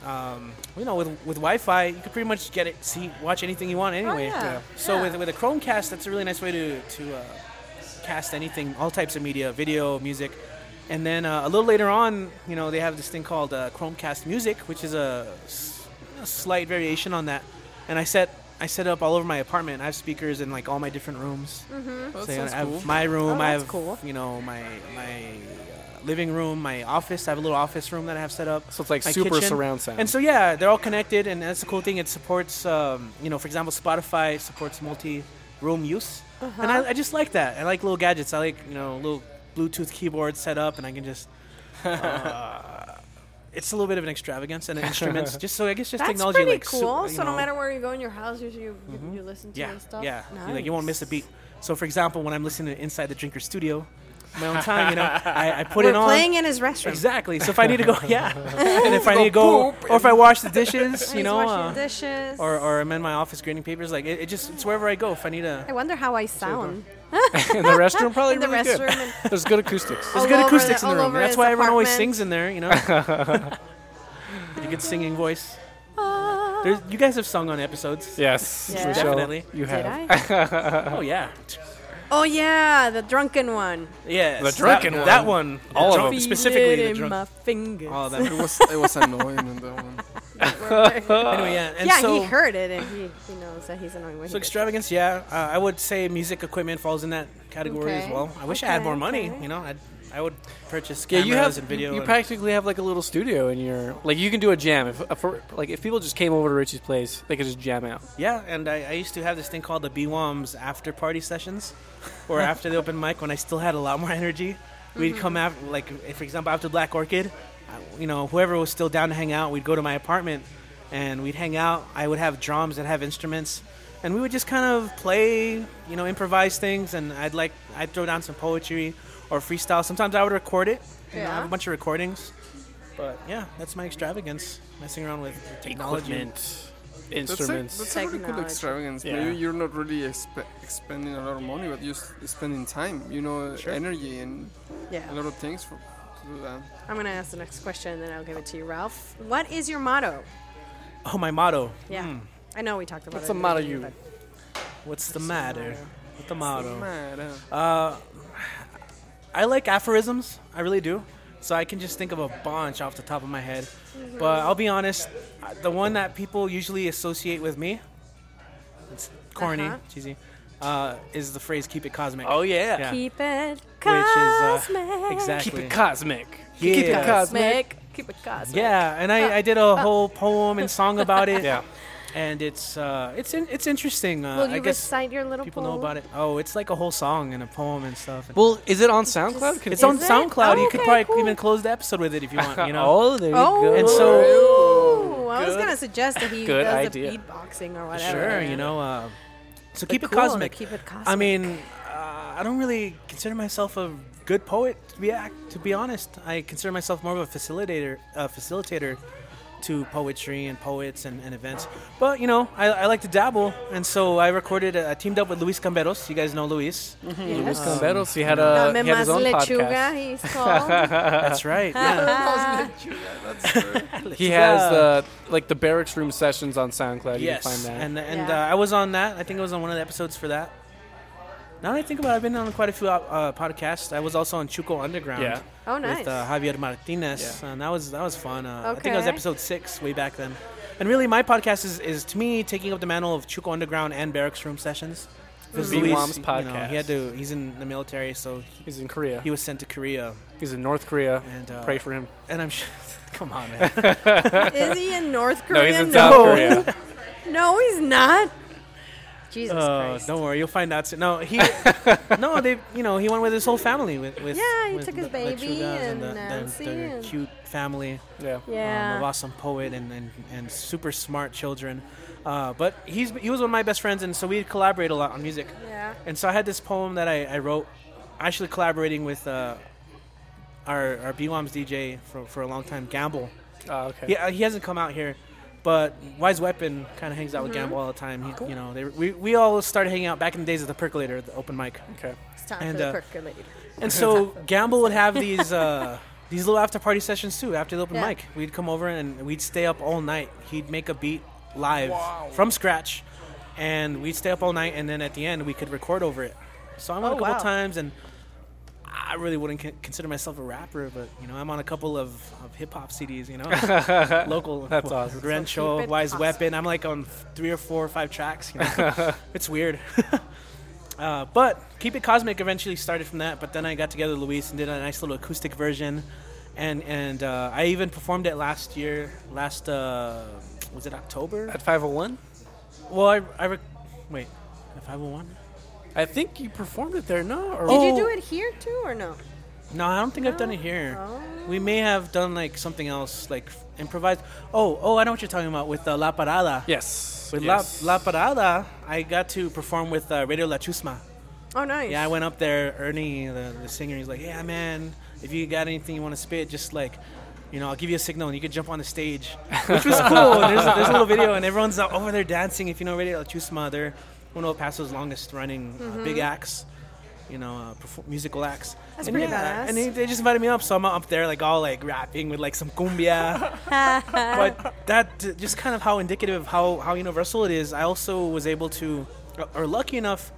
Um, you know, with with Wi-Fi, you could pretty much get it, see, watch anything you want anyway. Oh, yeah. Yeah. So Yeah. with with a Chromecast, that's a really nice way to to uh, cast anything, all types of media, video, music, and then uh, a little later on, you know, they have this thing called uh, Chromecast Music, which is a, s- a slight variation on that. And I set I set up all over my apartment. I have speakers in like all my different rooms. That So, you know, sounds I have cool. my room. Oh, I that's have cool. you know my my uh, living room, my office. I have a little office room that I have set up. So it's like my super kitchen. surround sound. And so yeah, they're all connected, and that's the cool thing. It supports um, you know, for example, Spotify supports multi-room use, and Uh-huh. I, I just like that. I like little gadgets. I like you know little Bluetooth keyboard set up, and I can just. Uh, It's a little bit of an extravagance and instruments, just so I guess just That's technology pretty like su- cool. you so no know, Mm-hmm. matter where you go in your house, you you, you listen to yeah, and stuff. Yeah, You- Nice. like you won't miss a beat. So, for example, when I'm listening to Inside the Drinker Studio, my own time, you know, I, I put We're it on. playing in his restroom. exactly. So if I need to go, yeah, and if I Go need to go, poop or if I wash the dishes, And you he's know, washing uh, dishes. or or I'm in my office grading papers, like it, it just it's wherever I go. If I need I to, wonder how I sound. in the restroom, Oh, probably In the really good. restroom and There's good acoustics. all there's good over acoustics the- in the all room. over That's his why everyone always apartment. sings in there, you know. You good singing voice. Ah. There's, you guys have sung on episodes. Yes, Yeah. Michelle, Definitely. You Did have. I? Oh yeah, Oh yeah, the drunken one. yeah. The drunken that, one. That one. All of drunk- them. Specifically Feel it the in drunk. Oh. my fingers. All of It them. was it was annoying in that one. anyway, yeah. And yeah, so, he heard it and he, he knows that he's annoying when So he does. extravagance, yeah. Uh, I would say music equipment falls in that category as Okay. well. I wish I had Okay, more money. okay. You know, I'd, I would purchase Yeah, cameras you have. and video. you and- practically have like a little studio in your. Like you can do a jam if, if for- like if people just came over to Richie's place, they could just jam out. yeah, and I, I used to have this thing called the BWOMs after party sessions, or after the open mic when I still had a lot more energy. We'd come after, like, if, for example, after Black Orchid, I- you know, whoever was still down to hang out, we'd go to my apartment and we'd hang out. I would have drums and have instruments, and we would just kind of play, you know, improvise things. And I'd like, I'd throw down some poetry or freestyle. Sometimes I would record it. You know, I have a Yeah. bunch of recordings. But yeah, that's my extravagance, messing around with technology. Equipment, That's a, instruments. that's a really cool Technology. extravagance. Yeah. Maybe you're not really expe- expending a lot of money, but just spending time, you know, energy and a Yeah. lot of things for, to do that. I'm going to ask the next question and then I'll give it to you, Ralph. What is your motto? Oh, my motto. Yeah. I know we talked about What's it. the in motto beginning, you- but- What's the matter? What's the motto? Mara. I like aphorisms. I really do. So I can just think of a bunch off the top of my head. But I'll be honest, uh, the one that people usually associate with me, it's corny, Uh-huh. cheesy, uh, is the phrase "keep it cosmic." oh yeah. Yeah. Keep it Which is, uh, cosmic. exactly. Keep it cosmic. Yeah. Keep it cosmic. Cosmic. Keep it cosmic. Yeah, and I, I did a whole poem and song about it. Yeah. and it's uh, it's in, it's interesting. Uh, Will you I guess recite your little people know about it. Oh, it's like a whole song and a poem and stuff. Well, is it on SoundCloud? Can it's Is on it? SoundCloud. Oh, you could okay, probably cool. even close the episode with it if you want. You know. Oh, there you Oh, go. And so- Ooh, I was Good. going to suggest that he Good does idea. the beatboxing or whatever. Sure, yeah. you know. Uh, so But keep it cool to cosmic. keep it cosmic. I mean, uh, I don't really consider myself a good poet. To be ac- to be honest, I consider myself more of a facilitator. A facilitator to poetry and poets and, and events. But you know, I, I like to dabble, and so I recorded. I teamed up with Luis Camberos. You guys know Luis. Luis Yes. Camberos, he had, uh, a, Dame he had his más own lechuga, podcast. he's called. That's right. Ah. That's true. He has uh, like the barracks room sessions on SoundCloud. yes, You can find that. and and Yeah. uh, I was on that. I think I was on one of the episodes for that. Now that I think about it, I've been on quite a few uh, podcasts. I was also on Chuco Underground. Yeah. Oh, nice. With uh, Javier Martinez, Yeah. and that was that was fun. Uh, I think it was Okay. episode six way back then. And really, my podcast is, is to me taking up the mantle of Chuco Underground and Barracks Room Sessions. Because The BWOM's he had podcast. to. He's in the military, so he's in Korea. he was sent to Korea. He's in North Korea. And uh, Pray for him. And I'm sure. Come on, man. Is he in North No, Korea? he's in South Korea. No, he's not. Jesus Uh, Christ. don't worry, you'll find out soon. No, he, no, they, you know, he went with his whole family. With, with Yeah, he with took his the- the baby Chudas and the- Nancy their, their and- cute family Yeah. Yeah. um, of awesome poet and, and, and super smart children. Uh, but he's he was one of my best friends, and so we collaborate a lot on music. Yeah. And so I had this poem that I, I wrote, actually collaborating with uh, our our BWOM's DJ for, for a long time, Gamble. Ah, okay. Yeah, he hasn't come out here, but Wise Weapon kind of hangs out with Gamble all the time. He, You know, they, we we all started hanging out back in the days of the Percolator, the open mic. Okay. It's time and, for the uh, percolator. And so Gamble would have these uh, these little after party sessions too. After the open Yeah. mic, we'd come over and we'd stay up all night. He'd make a beat live Wow. from scratch, and we'd stay up all night. And then at the end, we could record over it. So I went Oh, a couple wow. times, and I really wouldn't con- consider myself a rapper, but you know, I'm on a couple of, of hip hop CDs. You know, local. That's awesome. So Rancho, keep it Wise awesome. Weapon. I'm like on three or four or five tracks. You know? it's weird. Uh, but Keep It Cosmic eventually started from that. But then I got together with Luis and did a nice little acoustic version, and and uh, I even performed it last year. Last uh, was it October? At 501? Well, I, I rec- wait, if I were one. I think you performed it there, no? Or Did you Oh. do it here too or no? No, I don't think I've done it here. Oh. We may have done like something else, like f- improvised. Oh, oh, I know what you're talking about with uh, La Parada. Yes. With yes. La, La Parada, I got to perform with uh, Radio La Chusma. Oh, nice. Yeah, I went up there. Ernie, the, the singer, he's like, "Yeah, man, if you got anything you want to spit, just like, you know, I'll give you a signal and you can jump on the stage," which was cool. there's, a, there's a little video, and everyone's out over there dancing. If you know Radio La Chusma, they're one of El Paso's longest running Mm-hmm. uh, big acts. You know, uh, perf- musical acts. That's and pretty yeah, badass. And they, they just invited me up, so I'm up there like all like rapping with like some cumbia but that uh, just kind of how indicative of how, how universal it is. I also was able to, uh, or lucky enough,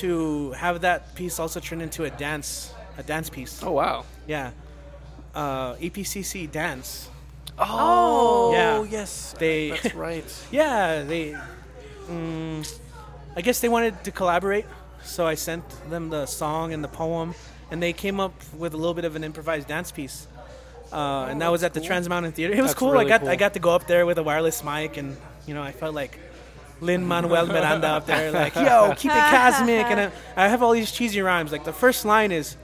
to have that piece also turn into a dance, a dance piece. Oh, wow. Yeah, uh, EPCC dance. Oh. yeah. yes. They- That's right. Yeah, they. mm, I guess they wanted to collaborate, so I sent them the song and the poem, and they came up with a little bit of an improvised dance piece. Uh, and that was at the Trans Mountain Theater. It was Oh, That's cool. really I got I cool. got to go up there with a wireless mic, and you know I felt like Lin Manuel Miranda up there, like yo, keep it cosmic. And I, I have all these cheesy rhymes. Like the first line is,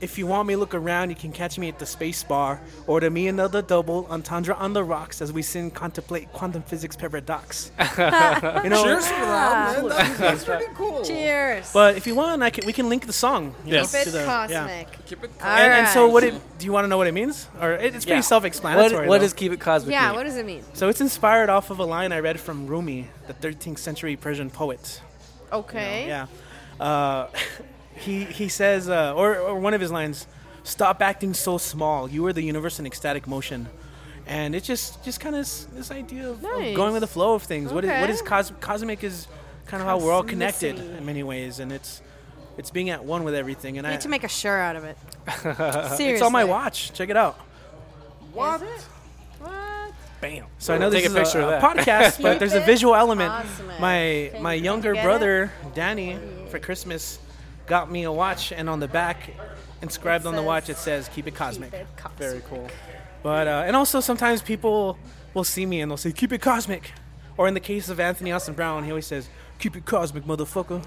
if you want me, look around. You can catch me at the space bar. Order me another double entendre on the rocks as we sing, contemplate quantum physics paradox. you know, Cheers to Ah. that, Oh, man. That's, that's pretty cool. Cheers. but if you want, I can, we can link the song. you Yes. know, Keep to it the- yeah. cosmic. Keep it All clean. And, and so, Alright. what it, do you want to know what it means? Or it, it's pretty Yeah. self-explanatory. What, what though. does Keep It Cosmic Yeah, mean? what does it mean? so it's inspired off of a line I read from Rumi, the 13th century Persian poet. Okay. Yeah. Uh, he he says, uh, or, or one of his lines, "Stop acting so small. You are the universe in ecstatic motion." And it's just just kind of this idea of, of Nice. going with the flow of things. What is what Okay. is cos- cosmic is kind of how we're all connected Cosmicity. in many ways, and it's it's being at one with everything. And You I, need to make a shirt out of it. Seriously. it's on my watch. Check it out. What? What? Bam. So I know Take this a is picture a, of a that. podcast, but Keep there's a it visual element. awesome. My Can my you younger get it? brother Danny for Christmas got me a watch, and on the back, inscribed It on the says, watch, it says "Keep it cosmic." it cosmic. Very cool. But uh, and also sometimes people will see me and they'll say "Keep it cosmic," or in the case of Anthony Austin Brown, he always says "Keep it cosmic, motherfucker."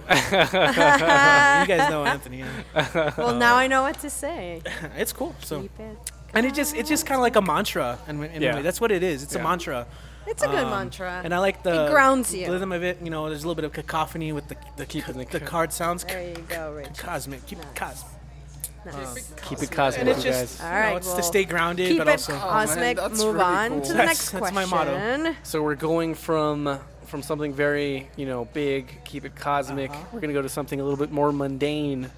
you guys know Anthony. yeah. Well, now I know what to say. It's cool. So Keep it. and it just it's just kind of like a mantra, and Yeah. yeah. that's what it is. It's Yeah. a mantra. It's a good Um, mantra. And I like the It grounds you. rhythm of it. You know, there's a little bit of cacophony with the the, Keeping the, the card sounds. there you go, Rich. Cosmic, keep Nice. cosmic. Nice. Keep it cosmic, and it's you just guys. All you know, right, it's well, to stay grounded, Keep but it also cosmic. Oh, man, that's move really on cool. to the That's- next that's question. my motto. So we're going from from something very you know big, keep it cosmic. Uh-huh. We're gonna go to something a little bit more mundane.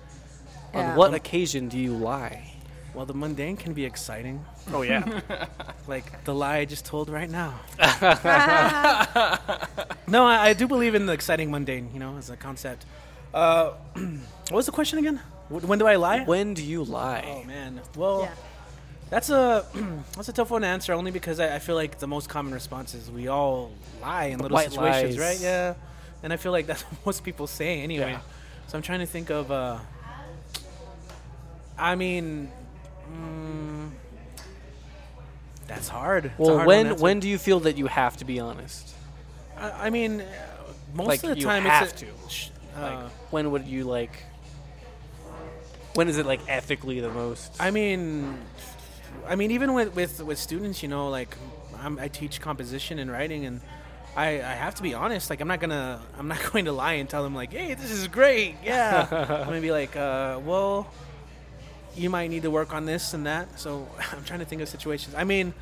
Yeah. On what occasion do you lie? well, the mundane can be exciting, Oh yeah, like the lie I just told right now. No, I, I do believe in the exciting mundane. You know, as a concept. Uh, what was the question again? Wh- When do I lie? when do you Oh lie? man, well, Yeah. that's a that's a tough one to answer only because I, I feel like the most common response is we all lie in little white situations, lies. right? Yeah, and I feel like that's what most people say anyway. Yeah. So I'm trying to think of. Uh, I mean, mm, that's hard. It's a Well, hard one to when answer. when do you feel that you have to be honest? I, I mean, uh, most Like, of the you time have it's a, to. Sh- Like, uh, when would you like? When is it like ethically the most? I mean, I mean, even with with, with students, you know, like I'm, I teach composition and writing, and I, I have to be honest. Like I'm not gonna I'm not going to lie and tell them like, hey, this is great, yeah. I'm gonna be like, uh, well, you might need to work on this and that. So I'm trying to think of situations. I mean.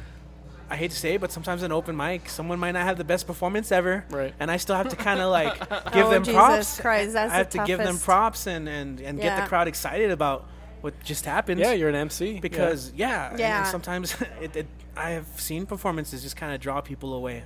I hate to say it, but sometimes an open mic, someone might not have the best performance ever, Right. and I still have to kind of like give Oh, them Jesus props. Christ, that's I have the to give them toughest. props and and, and get Yeah. the crowd excited about what just happened yeah, you're an MC yeah. because yeah, and- Yeah. And sometimes it, it, I have seen performances just kind of draw people away.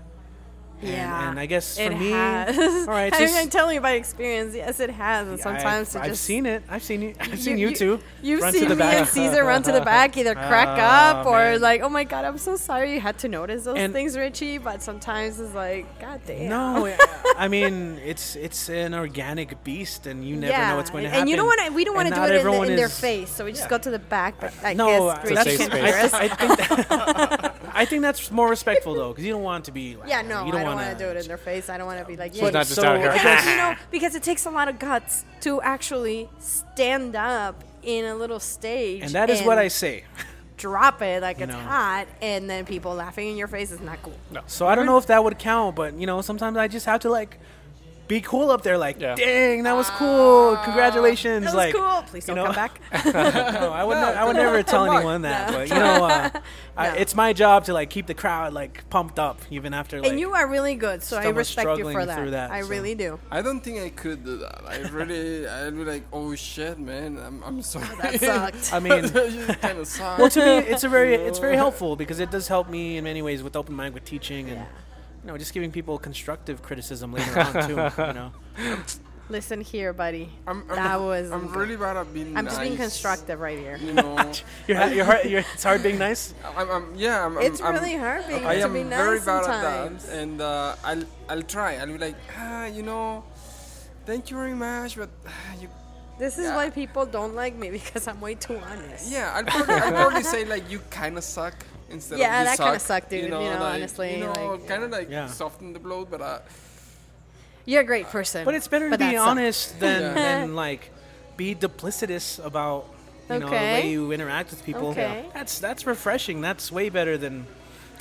And, Yeah. and I guess for it me, has. all right, I mean, just- I'm telling you by experience. Yes, it has. And sometimes I've, it I've just seen it. I've seen you. I've seen you, too. You've run seen to the me back. and Caesar run to the back, either crack Ah, up or man. like, oh my god, I'm so sorry you had to notice those And- things, Richie. But sometimes it's like, god damn. No, I mean it's it's an organic beast, and you never know what's going to and happen. you don't want to. We don't want to do And not it in, the, everyone in their is- Uh, face, so we just go to the back. But I no, guess I- Richie safe can space. hear us. I, think I think that's more respectful though, because you don't want to be. like, yeah, no, you I don't wanna- want to do it in their face. I don't want to be like, She's yeah, not just so- out here. I because you know because it takes a lot of guts to actually stand up in a little stage And that is what and I say. drop it like it's know. hot and then people laughing in your face is not cool So I don't know if that would count, but you know, sometimes I just have to like be cool up there, like, Yeah. dang, that was cool, congratulations, Ah, that was like, cool please you don't know- come back no, I would, not, I would never tell anyone that, but you know, uh, I, No. it's my job to like keep the crowd like pumped up even after like. and you are really good so i someone respect you for struggling that, through that, i so. really do I don't think I could do that. I really, I'd be like, oh shit, man, I'm, I'm sorry. that sucked I mean, kind of sucked. well, to me, it's a very, it's very helpful because it does help me in many ways with open mind, with teaching, and Yeah. you know, just giving people constructive criticism later on too. You know, listen here buddy I'm, I'm, that was I'm really bad at being. i'm just being nice, constructive right here You know, your, ha- your, heart, your, it's hard being nice. I'm, I'm, yeah, I'm. it's I'm, really hard being I to am be nice very bad sometimes at that, and uh, I'll, I'll try. I'll be like, ah, you know, thank you very much, but ah, you, this is Yeah. why people don't like me because i'm way too honest yeah, I'll probably, I'll probably say like, you kind of suck instead Yeah, of you that suck. kinda sucked, dude, you know, like, honestly, you know, like, kind of like Yeah. soften the blow, but uh, you're a great person But it's better to that be sucked. honest than, Yeah. than like be duplicitous about you know the Okay. way you interact with people. Okay. That's that's refreshing. That's way better than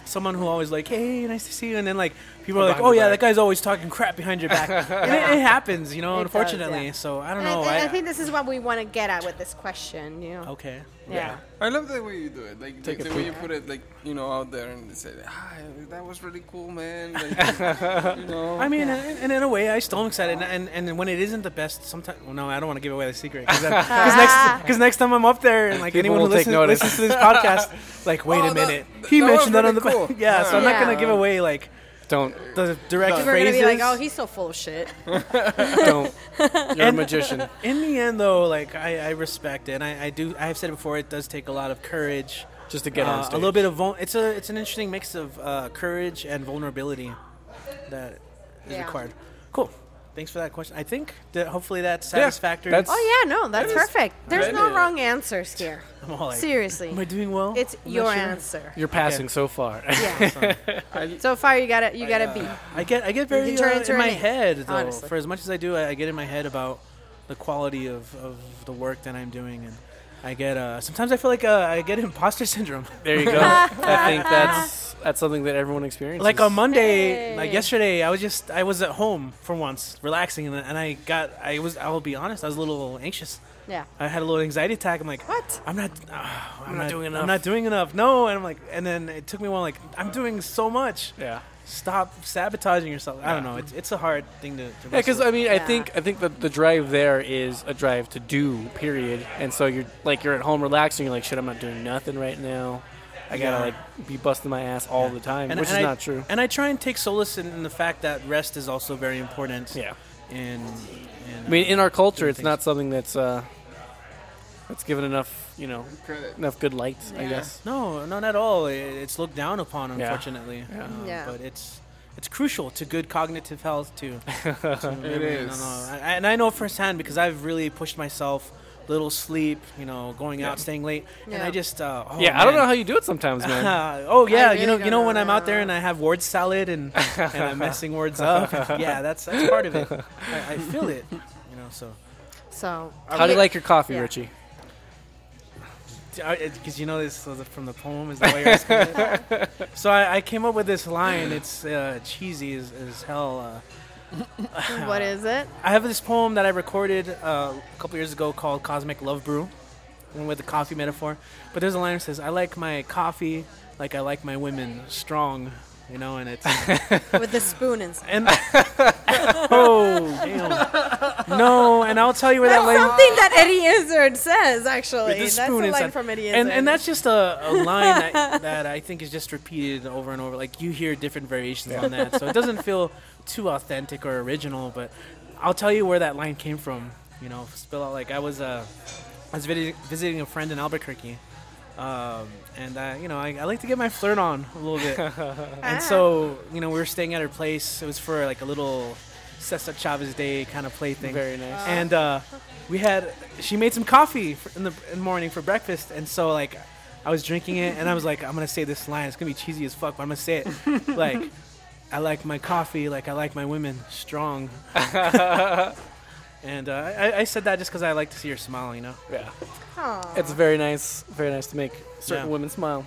someone who always like, hey, nice to see you, and then like people are like, behind oh your yeah, back. that guy's always talking crap behind your back. and it, it happens, you know. It does, unfortunately, yeah. so I Oh, don't And I, know. and I think this is what we want to get at with this question, you know. okay. Yeah. I love the way you do it. Like Take the, a the way you peek. put it, like you know, out there and say, "Ah, that was really cool, man." Like, you know, I mean, and, and in a way, I still am excited. And, and, and when it isn't the best, sometimes. Well, no, I don't want to give away the secret because next because next time I'm up there and like People anyone who will take listens, notice. listens to this podcast, like, wait Oh, a that- minute, that he was mentioned that on the really po- cool. yeah, so I'm not Yeah. gonna give away like don't the direct People are gonna phrases. be like, "Oh, he's so full of shit." don't. You're a magician. in the end, though, like I, I respect it. And I, I do. I have said it before. It does take a lot of courage. Just to get uh, on stage. a little bit of vul- it's a it's an interesting mix of uh, courage and vulnerability that is Yeah. required. Cool. Thanks for that question. I think that hopefully that's satisfactory. that's- Oh yeah, no, that's That is perfect. There's no brilliant. wrong answers here. I'm all like, Seriously, Am I doing well? it's I'm not your sure. answer. You're passing so far. Yeah. so far, you got to You got to be. I uh, get I get very can turn uh, it into in my an eight, head though. honestly. For as much as I do, I, I get in my head about the quality of, of the work that I'm doing, and I get uh, sometimes I feel like uh, I get imposter syndrome. There you go. I think that's that's something that everyone experiences. like on Monday, like Hey. yesterday, I was just I was at home for once, relaxing, and, and I got I was I will be honest, I was a little anxious. Yeah. I had a little anxiety attack. I'm like, What? I'm not, ah, I'm, not doing enough. I'm not doing enough. No, and I'm like, and then it took me a while. Like, I'm doing so much. Yeah. Stop sabotaging yourself. I don't know. It's, it's a hard thing to. to Yeah, because I mean, I Yeah. think I think that the drive there is a drive to do, period. And so you're like you're at home relaxing. You're like, shit, I'm not doing nothing right now. I gotta Yeah. like be busting my ass all the time, And- which and is I- not true. And I try and take solace in, in the fact that rest is also very important. Yeah, In, in uh, I mean, in our culture, Doing it's things. not something that's uh, that's given enough, you know, Credit. enough good light. I Yeah. guess. No, not at all. I- It's looked down upon, Yeah. unfortunately. Yeah. Um, Yeah. But it's it's crucial to good cognitive health too. So It maybe- no, is. no. I- And I know firsthand because I've really pushed myself. Little sleep, you know, going out, staying late, and Yeah. I just uh, oh, yeah, I don't man. know how you do it sometimes, man. oh yeah, I you really know, you don't know know when I'm out now. there and I have word salad and, and I'm messing words up. Yeah, that's that's part of it. I, I feel it, you know. So So how do you like your coffee, Yeah. Richie? because you know this was from the poem is the way you're asking it. so I, I came up with this line. It's uh, cheesy as, as hell. Uh, what is it? I have this poem that I recorded uh, a couple years ago called Cosmic Love Brew, and with the coffee metaphor. But there's a line that says, "I like my coffee like I like my women strong," you know, and it's With the spoon and stuff. and oh damn no, and I'll tell you where That's that line. something that Eddie Izzard says, actually. With the That's spoon a line inside. from Eddie Izzard. and and that's just a, a line that, that I think is just repeated over and over. Like you hear different variations on that, so it doesn't feel too authentic or original. But I'll tell you where that line came from. You know, spill out. Like I was uh, I was vid- visiting a friend in Albuquerque, um, and I, you know, I, I like to get my flirt on a little bit. and Ah. so you know, we were staying at her place. It was for like a little Cesar Chavez Day kind of play thing Very nice. and uh, we had she made some coffee for, in, the, in the morning for breakfast and so like i was drinking it and i was like i'm gonna say this line it's gonna be cheesy as fuck but i'm gonna say it like i like my coffee like i like my women strong and uh, I, I said that just because i like to see her smile you know Yeah, Aw, it's very nice, very nice to make certain Yeah. women smile.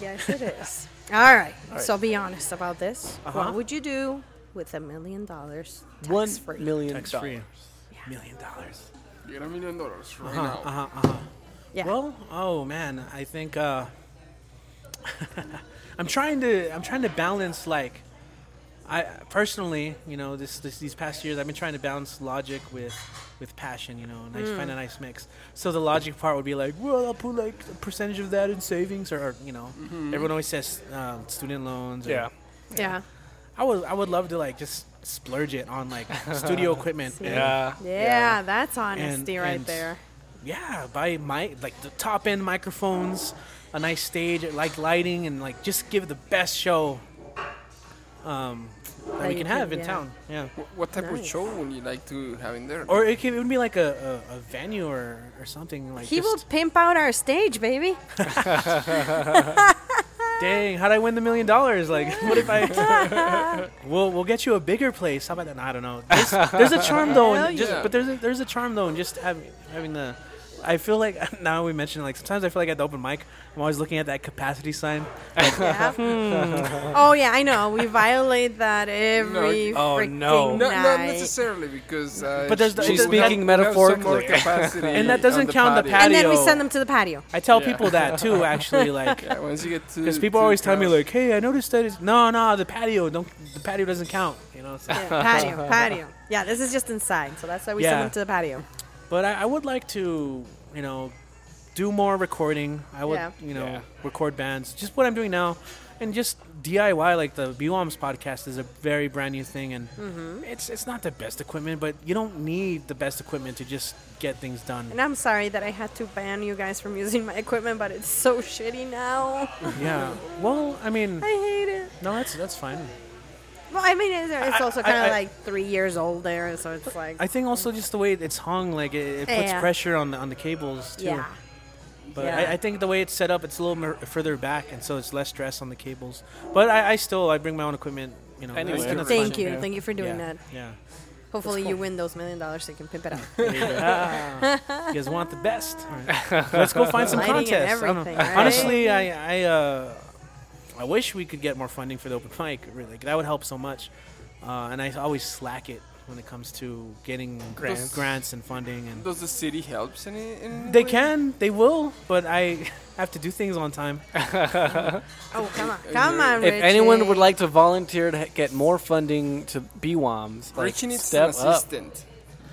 yes, it is. All right. All right. So be honest about this. Uh-huh. What would you do with a million dollars One tax free? million tax dollars. free million dollars Get a million dollars right uh-huh, now. uh-huh, uh-huh. Yeah. Well, oh man, I think uh, I'm trying to I'm trying to balance like I personally, you know, this, this these past years I've been trying to balance logic with with passion, you know, and I Mm. find a nice mix. So the logic part would be like, well, I'll put like a percentage of that in savings, or, or, you know, everyone always says um, student loans. Or, Mm-hmm. Yeah. yeah. I would I would love to like just splurge it on like studio equipment. See? and- Yeah. Yeah, that's honesty right and- there. Yeah, buy my like the top end microphones, a nice stage, like lighting, and like just give the best show um, that, That we you can can- have in yeah. town. Yeah, Wh- What type of Nice. show would you like to have in there? or it, could, it would be like a, a, a venue or, or something like. He will just, pimp out our stage, baby. Dang, how'd I win the million dollars? Like, what if I? we'll we'll get you a bigger place. How about that? No, I don't know. There's, there's a charm though, Hell and just, yeah. but there's a, there's a charm though, and just having having the. I feel like now we mentioned like sometimes I feel like at the open mic I'm always looking at that capacity sign. Yeah. Oh yeah, I know. We violate that every No, oh, freaking no. no, not night. necessarily because. Uh, But there's the- she She's will have- speaking will have some more metaphorically. capacity And that on doesn't count the and then we patio. send them to the patio. I tell Yeah. people that too, actually, like Yeah, once you get to because people to always tell me couch. like, "Hey, I noticed that it's no, no, the patio don't, the patio doesn't count," you know. So. Yeah, patio, patio. Yeah, this is just inside, so that's why we Yeah. send them to the patio. But I, I would like to, you know, do more recording. I would, Yeah. you know, Yeah. record bands, just what I'm doing now, and just DIY. Like the BWOMS podcast is a very brand new thing, and Mm-hmm. it's it's not the best equipment, but you don't need the best equipment to just get things done. And I'm sorry that I had to ban you guys from using my equipment, but it's so shitty now. yeah. Well, I mean, I hate it. no, that's that's fine. Well, I mean, it's, it's I- also I- kind I- of like three years old there, so it's like, I think also just the way it's hung, like it, it puts Yeah. pressure on the, on the cables too. yeah. But Yeah. I, I think the way it's set up, it's a little mer- further back, and so it's less stress on the cables. But I, I still I bring my own equipment. You know, Anyway. it's- it's That's Thank fine. you, yeah. thank you for doing yeah. that. Yeah. Hopefully, you win those million dollars so you can pimp it out. Ah, you guys want the best. All right. Let's go find some Lighting and contests. I don't know. everything, right? Honestly, I I, uh, I wish we could get more funding for the open mic. Really, that would help so much. Uh, and I always slack it when it comes to getting Grants. grants and funding and Does the city helps in, any- in any They way? can, they will, but I have to do things on time. oh, come on, come on, If anyone would Richie. like to volunteer to h- get more funding to BWAMs, like, Richie needs step an up. assistant.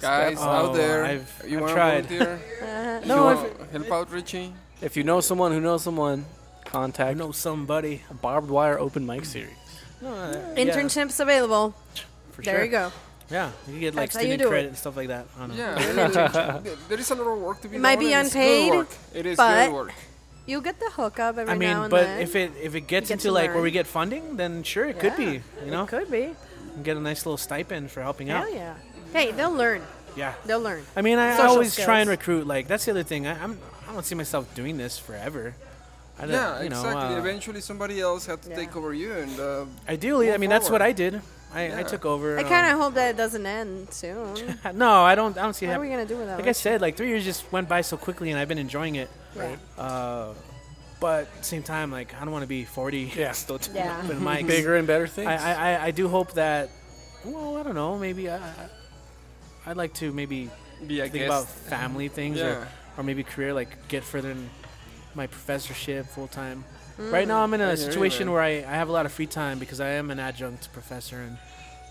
Guys up. out Oh, there, I've- you I've want tried. to volunteer? Uh, you No, wanna help out Richie. If you know someone who knows someone, I contact know somebody. Barbed Wire Open Mic Series. No, uh, internships available. Yeah, for There sure. you go. Yeah, you can get like That's how you student do credit it. and stuff like that. I don't know. Yeah, and it- there is a lot of work to be It might done, be and it's good unpaid, work. It is but- good work. You'll get the hookup every I now mean, and but then. if it if it gets get into to like where learn. we get funding, then sure, it could Yeah, be. You know, it could be. get a nice little stipend for helping out. Hell yeah. Hey, they'll learn. Yeah. They'll learn. I mean, I, I Social always try and skills. recruit. Like that's the other thing. I, I'm I don't see myself doing this forever. I don't, Yeah, you know, exactly. uh, Eventually, somebody else had to Yeah. take over you, and uh, ideally, I move mean, that's what forward. I did. I, I Yeah. took over. I kind of hope that it doesn't end soon. of no. I don't. I don't see what that. are we gonna do with that? Like I said, like three years just went by so quickly, and I've been enjoying it. one? Uh, but at the same time, like I don't want to be 40 Yeah. still doing Yeah. open mics. Bigger and better things. I, I, I- I do hope that. Well, I don't know. Maybe I, I- I'd like to maybe be a think guest. about family things Yeah. or, or maybe career, like get further in my professorship full time. Right now, I'm in I a hear you, situation man. where I, I have a lot of free time because I am an adjunct professor, and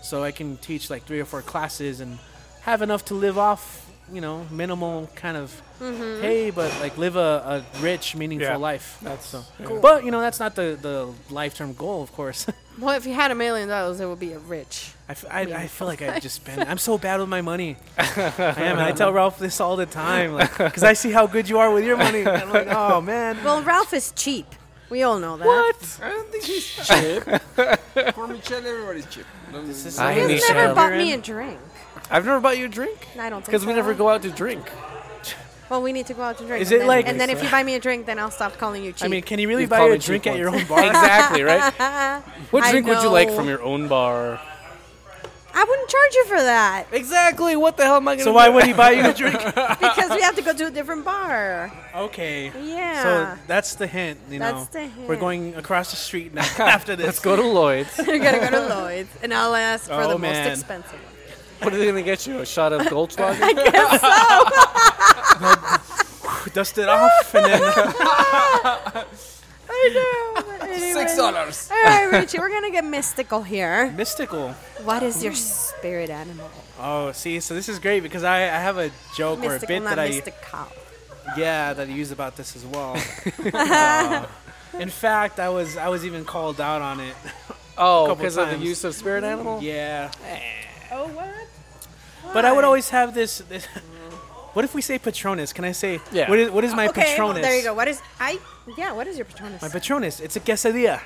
so I can teach like three or four classes and have enough to live off. You know, minimal kind of Mm-hmm. hey, but like live a, a rich, meaningful Yeah. life. That's so. cool. But you know, that's not the the lifetime goal, of course. Well, if you had a million dollars, it would be a rich. I, f- I, I feel like I just spend. I'm so bad with my money. I am. And I tell Ralph this all the time, like, because I see how good you are with your money. And I'm like, oh man. Well, Ralph is cheap. We all know that. what? I don't think he's cheap. For Michelle, everybody's cheap. Don't- This is I He need has to never have bought your me a in. drink. I've never bought you a drink I don't think because we so. never go out to drink. Well, we need to go out to drink. Is and it then, like- And then if you buy me a drink, then I'll stop calling you cheap. I mean, can you really You've buy called a me cheap drink at your once. own bar? exactly right. What I drink would you like know. from your own bar? I wouldn't charge you for that Exactly. What the hell am I going to? so why would he buy you a drink? because we have to go to a different bar. Okay. Yeah. So that's the hint. You know, That's the we're hint. going across the street now after this. Let's go to Lloyd's. You're gonna go to Lloyd's, and I'll ask for Oh, the man. most expensive one. what are they going to get you? A shot of Goldschlager? Dust it off, and then I know. but anyway. Six dollars. All right, Richie, we're gonna get mystical here. mystical. What is your spirit animal? Oh, see, so this is great because I, I have a joke or a Mystical, bit not that I mystical. Yeah, that I use about this as well. Uh, in fact, I was I was even called out on it. oh, Couple because of the times. use of spirit animal. Yeah, Oh what? but I would always have this. this what if we say Patronus? Can I say Yeah. What is, what is my Mm. okay, well, Patronus? there you go. What is I? Yeah, what is your Patronus? My Patronus. It's a quesadilla.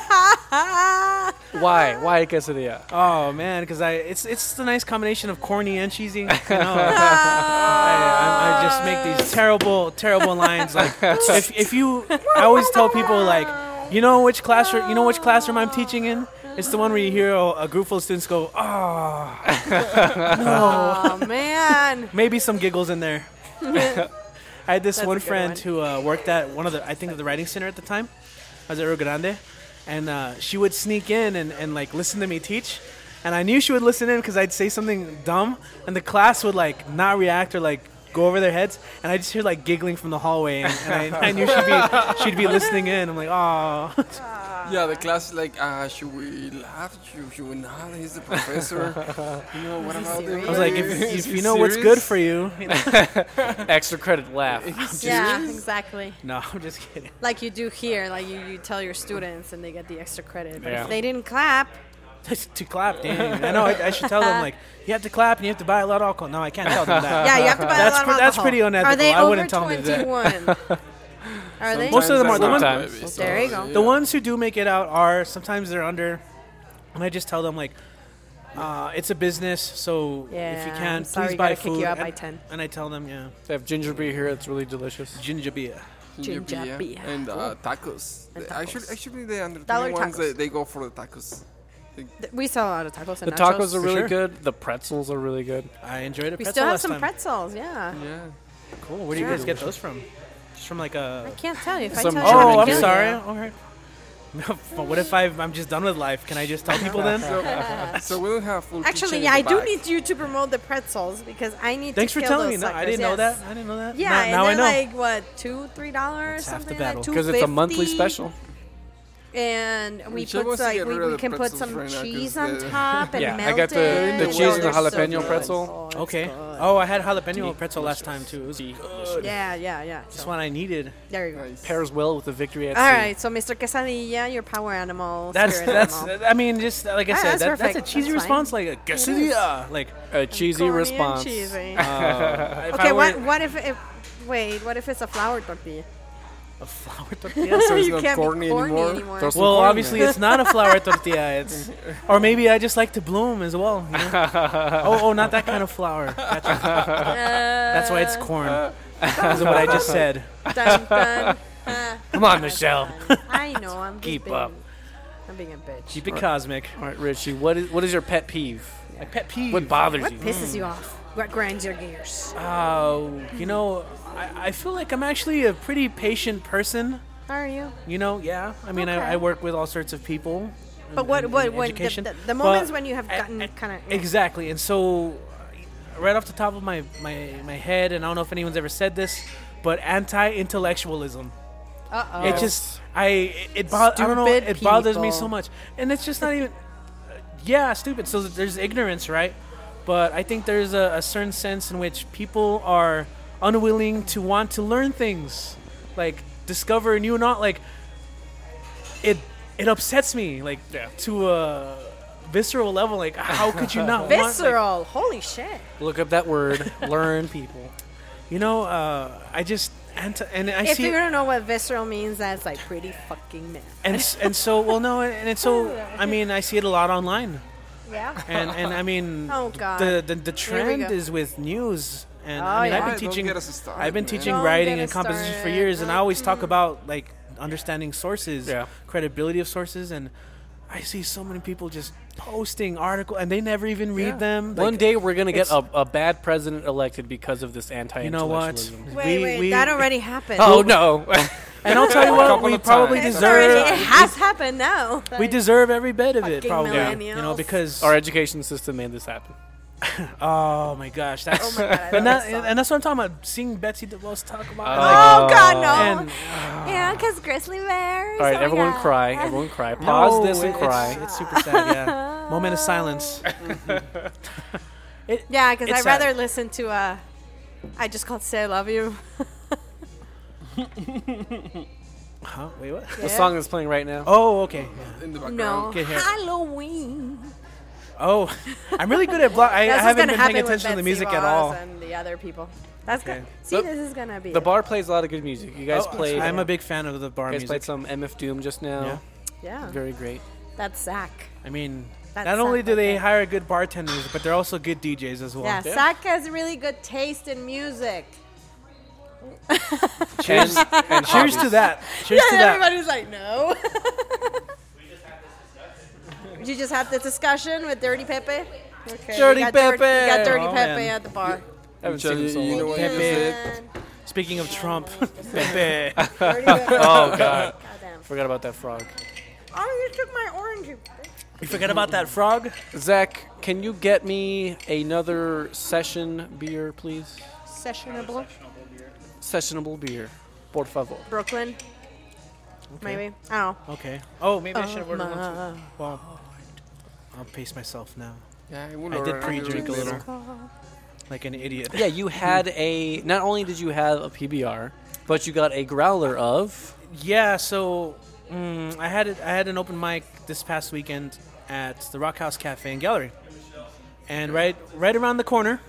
ah, Why? Why quesadilla? Oh man, because I it's it's the nice combination of corny and cheesy. You know, I, I, I just make these terrible terrible lines. Like if, if you, I always tell people like, you know which classroom you know which classroom I'm teaching in. It's the one where you hear a, a group full of students go, ah. oh man. maybe some giggles in there. I had this That's one a good friend one. who uh, worked at one of the, I think, the writing center at the time. I was at Rio Grande, and uh, she would sneak in and, and like listen to me teach, and I knew she would listen in because I'd say something dumb, and the class would like not react or like go over their heads, and I just hear like giggling from the hallway, and, and I, I knew she'd be she'd be listening in. I'm like, oh, Yeah, the class is like, ah, should we laugh? Should, should we not? He's the professor. you know, what he about the serious? I was like, if, others? Is if he you know what's serious? good for you, you know. Extra credit laugh. Yeah, exactly. no, I'm just kidding. Like you do here, like you, you tell your students and they get the extra credit. But Yeah. if they didn't clap, to clap, damn. I know. I, I should tell them like you have to clap and you have to buy a lot of alcohol. No, I can't tell them that. yeah, you have to buy a lot of Uh-huh. That's pre- alcohol. that's pretty unethical. Are they I over wouldn't tell them to do that. 21? Are they? Most of them are the ones- Sometimes. Maybe. There you go. The ones who do make it out are sometimes they're under, and I just tell them like, uh, it's a business, so if you Yeah, I'm can, sorry, please you buy gotta kick food. you out and, by 10. and I tell them, yeah, They have ginger beer here. It's really delicious. ginger beer. Ginger beer beer. and uh, tacos. And Actually, tacos. actually, the under Dollar 21 ones tacos. they, they go for the tacos. think Th- We saw a lot of tacos The and nachos. tacos are really sure. good. The pretzels are really good. I enjoyed a We pretzel still have last some time. pretzels, yeah. yeah. Cool. Where Where do you Yeah. guys get those from? Just from like I a. can't tell you. If Some I tell you, German Oh, I I'm kid. can't. sorry. All right. No, but what if I've, I'm just done with life? Can I just tell people then? So, so we don't have full. Actually, kitchen yeah, I in the do back. need you to promote the pretzels because I need. Thanks to for kill telling me. those No, I suckers, didn't know yes. that. I didn't know that. Yeah, Now, and now I they're know. like what two, three dollars, That's half the something battle. like that. Because it's a monthly 250, special. And we We should put also like get we, rid of we the can put pretzels some right now 'cause cheese on the- top and Yeah, I melt got the- it. the Oh, cheese and the they're so jalapeno good. pretzel. Oh, it's okay. good. Oh, I had jalapeno pretzel last time too. It was good. Yeah, yeah, yeah. Just So, what I needed. there you go. Nice. Pairs well with the victory at All sea. right, so Mr. Quesadilla, your power animal. That's spirit that's. animal. I mean, just like I Ah, said, that's that, that's a perfect. cheesy That's fine. response. Like a quesadilla. Like A cheesy Corny and response. cheesy. uh, if I okay, were what what if, if wait, what if it's a flour tortilla? a flour tortilla? So it's you not can't corny be corny anymore? anymore. Throw some Well, corn in obviously there. it's not a flour tortilla. It's, or maybe I just like to bloom as well. you know? oh, oh, not that kind of flour. Gotcha. Uh, That's why it's corn. Because of what I just said. Dun, dun. Ah, Come on, Michelle. I know. I'm just Keep being, up. I'm being a bitch. Keep it cosmic. All right, Richie. What is what is your pet peeve? My pet peeve. What bothers What you? pisses you off? What grinds your gears? Oh, you know, I, I feel like I'm actually a pretty patient person. How are you? You know, yeah. I mean, Okay. I, I work with all sorts of people. But and- what and- what and when the, education. eh, the, the But moments when you have I- gotten I- kind of Exactly. And so, uh, right off the top of my, my, my head, and I don't know if anyone's ever said this, but anti intellectualism. uh oh. It just, I, it, it bo- I don't know, it Stupid bothers me people. so much. And it's just not even, yeah, stupid. So there's ignorance, right? But I think there's a, a certain sense in which people are unwilling to want to learn things, like discover new, not like, it, it upsets me, like, Yeah. to a visceral level. Like, how could you not want, like- visceral. Holy shit. Look up that word. Learn people. You know, uh, I just and and I if see you don't know what visceral means, that's like pretty fucking mad. and s- and so well no and it's so I mean I see it a lot online Yeah. and and I mean Oh, God. the the, the we trend go. is with news and Oh, I mean yeah. I've Why? been Don't teaching get us started, I've been man. teaching Don't writing get and us composition for started. Mm-hmm. years and I Don't- always talk about like understanding sources Yeah. credibility of sources and I see so many people just posting article and they never even read them like, One day we're gonna get a, it's- a bad president elected because of this anti. you know what Wait, We- wait, we- that already happened. Oh no. and I'll tell you what Couple we of probably times. It's deserve already, it has happened now. we deserve every bit of it, Fucking probably. millennials. You know, because Our education system made this happen. oh my gosh, that's Oh my God, I and, love that, this song. and that's what I'm talking about. Seeing Betsy DeVos talk about, Oh. like, Oh god, no. and yeah, because grizzly bears. All right, oh my everyone God. cry. Everyone cry. Pause no, this and it's- cry. It's, super sad. Yeah, moment of silence. it, Yeah, because It's I'd sad. rather listen to uh, I just called "Say I Love You." huh? Wait, what? The song that's playing right now. Oh, okay. in the No, background. Okay, here. Halloween. Oh, I'm really good at block. I, I That's what's haven't gonna been happen paying with attention to the Betsy music at Ross all. And the other people. That's Okay. good. See, The- this is gonna be The it. bar plays a lot of good music. You guys Oh, played. I'm you a big fan of the bar guys music. played some MF Doom just now. Yeah, Very great. that's Zach. I mean, That's not only do something. they hire good bartenders, but they're also good DJs as well. Yeah, Zach has really good taste in music. Cheers. and, and Cheers to hobbies. that. Cheers to that. everybody's like, no. you just had the discussion with Dirty Pepe. Okay. Dirty you got Dirty- you got Pepe. Dirty Oh, Pepe man. at the bar. I haven't Michelle, seen him so you long. know what Pepe. he said? Speaking of Trump, Pepe. Dirty Pepe. Oh god. Goddamn. Forgot about that frog. Oh, you took my orange. you- You forget about that frog? Zach, can you get me another session beer, please? Sessionable. Sessionable beer, por favor. Brooklyn. Maybe. I don't know. Okay. Oh, maybe I should have ordered one too. Uh, Well, I'll pace myself now, Yeah, I, I will did pre-drink a little. later. like an idiot. Yeah, you had a. Not only did you have a PBR, but you got a growler of. Yeah. So mm, I had it, I had an open mic this past weekend at the Rock House Cafe and Gallery, and right right around the corner,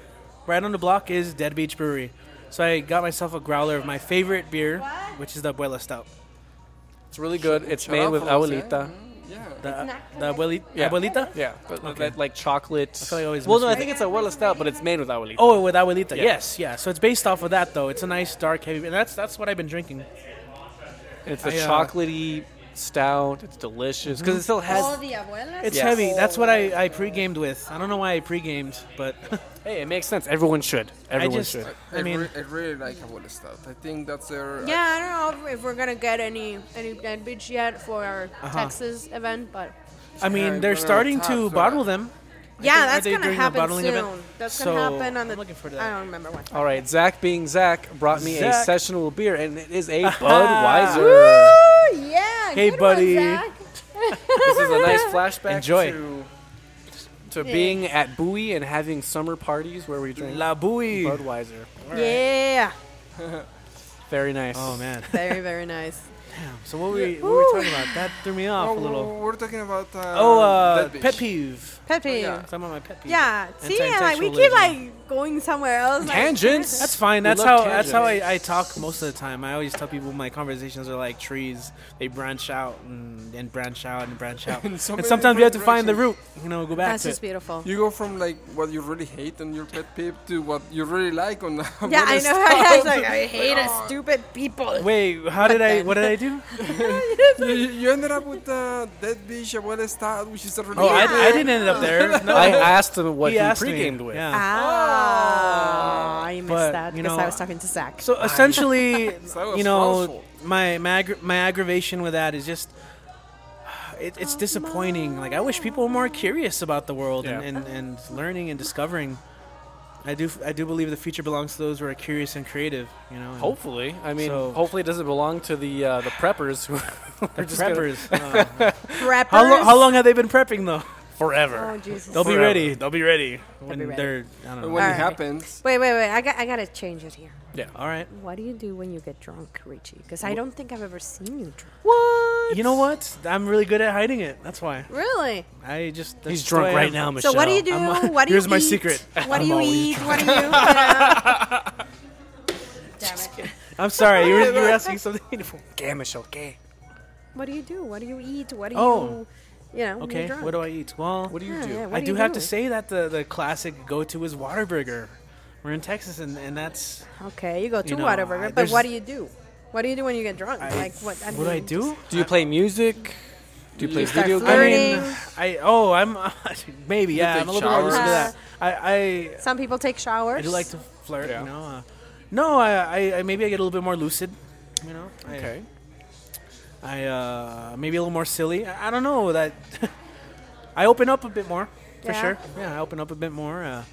right on the block is Dead Beach Brewery. So I got myself a growler of my favorite beer, which is the Abuela Stout. It's really good. It's Shut made up, with Jose. abuelita. Yeah. The, the abueli- Yeah. Abuelita. Yeah, but with that, like chocolate. feel like I always well, no, I misread think it's abuela stout, but it's made with abuelita. Oh, with Abuelita. Yeah. Yes, yeah. So it's based off of that though. It's a nice dark heavy, and that's that's what I've been drinking. it's a I, uh, chocolatey stout. It's delicious because it still has. All the abuelas. It's Yes. heavy. That's what I, I pre-gamed with. I don't know why I pre-gamed, but hey, it makes sense. Everyone should. Everyone just- should. I mean- re- I really like Abuela Stout. I think that's their. uh, Yeah, I don't know if, if we're gonna get any any dead beach yet for our Texas event, but Uh-huh. I mean, Right, they're but starting it's to hot, so- bottle them. yeah, think- are that's they gonna doing a happen bottling soon. event? That's So, gonna happen on the. I'm looking for that. I don't remember when. All right, Zach being Zach brought me a Zach. sessionable beer, and it is a Budweiser. Oh yeah. Hey, good one, buddy. Zach. this is a nice flashback Enjoy. to to being at Bowie and having summer parties where we drink La Bouille. Budweiser. Yeah. Very nice. Oh man. Very very nice. So what were we, what were we talking about? That threw me off Oh, a little. We're talking about. Uh, Oh, uh, Dead Beach. pet peeve. Pepe. yeah. Some of my pet peeve. Yeah. See, and, like we keep Anti-sexualism. like going somewhere else. like- Tangents. That's fine. We That's love how tangents. that's how I, I talk most of the time. I always tell people my conversations are like trees. They branch out and, and branch out and branch out. And and, so many sometimes you have to different find the root. You know, go back That's to just it. beautiful. You go from like what you really hate on your pet peeve to what you really like on. Yeah, Abuela I know. Stout. I was like, I hate oh. stupid people. Wait, how did I? then? What did I do? you, you ended up with uh, Dead Beach Abuela Stout, which is a really. Oh, good I, I didn't end up there. No, I asked him what he, asked me. pre-gamed with. Yeah. Ah, I missed But, that you because know, I was talking to Zach. So essentially, So you know, forceful. my my, aggra- my aggravation with that is just it, it's disappointing. Like I wish people were more curious about the world Yeah. and, and, and learning and discovering. I do I do believe the future belongs to those who are curious and creative. You know, and Hopefully, I mean, So- hopefully it doesn't belong to the uh, the preppers who the are just gonna- preppers. uh, Preppers. how long how long have they been prepping though? forever. Oh Jesus. They'll be Forever. ready. They'll be ready when be ready. they're. I don't know. When it Alright. happens, Wait, wait, wait. I got, I got to change it here. All right. What do you do when you get drunk, Richie? Because I don't think I've ever seen you drunk. You know what? I'm really good at hiding it. That's why Really? I just. that's He's the drunk way I right am. now, So Michelle. what do you do? I'm- what do here's you my eat? secret. What do I'm you always eat? What do you? Yeah. Damn it. I'm sorry. You were, you were asking something. Gay, Michelle, gay. What do you do? What do you eat? What do you? Oh. You know. Okay, When you're drunk? what do I eat? Well, What do you Yeah, do? yeah, I what do, you have to say that the, the classic go to is Waterburger. We're in Texas, and, and that's Okay, you go to You know, I- whatever. But there's- what do you do? What do you do when you get drunk? like what? I what do I mean, do? Do you play music? Do you play You start video I games? flirting. mean, I oh, I'm maybe yeah, take I'm a little bit more used to showers? that. I Some people take I, I showers. do like to flirt, Yeah. you know. Uh, no, I, I I maybe I get a little bit more lucid, you know. I, Okay. I uh, maybe a little more silly. I, I don't know that. I open up a bit more, for Yeah. sure. Yeah, I open up a bit more. Uh,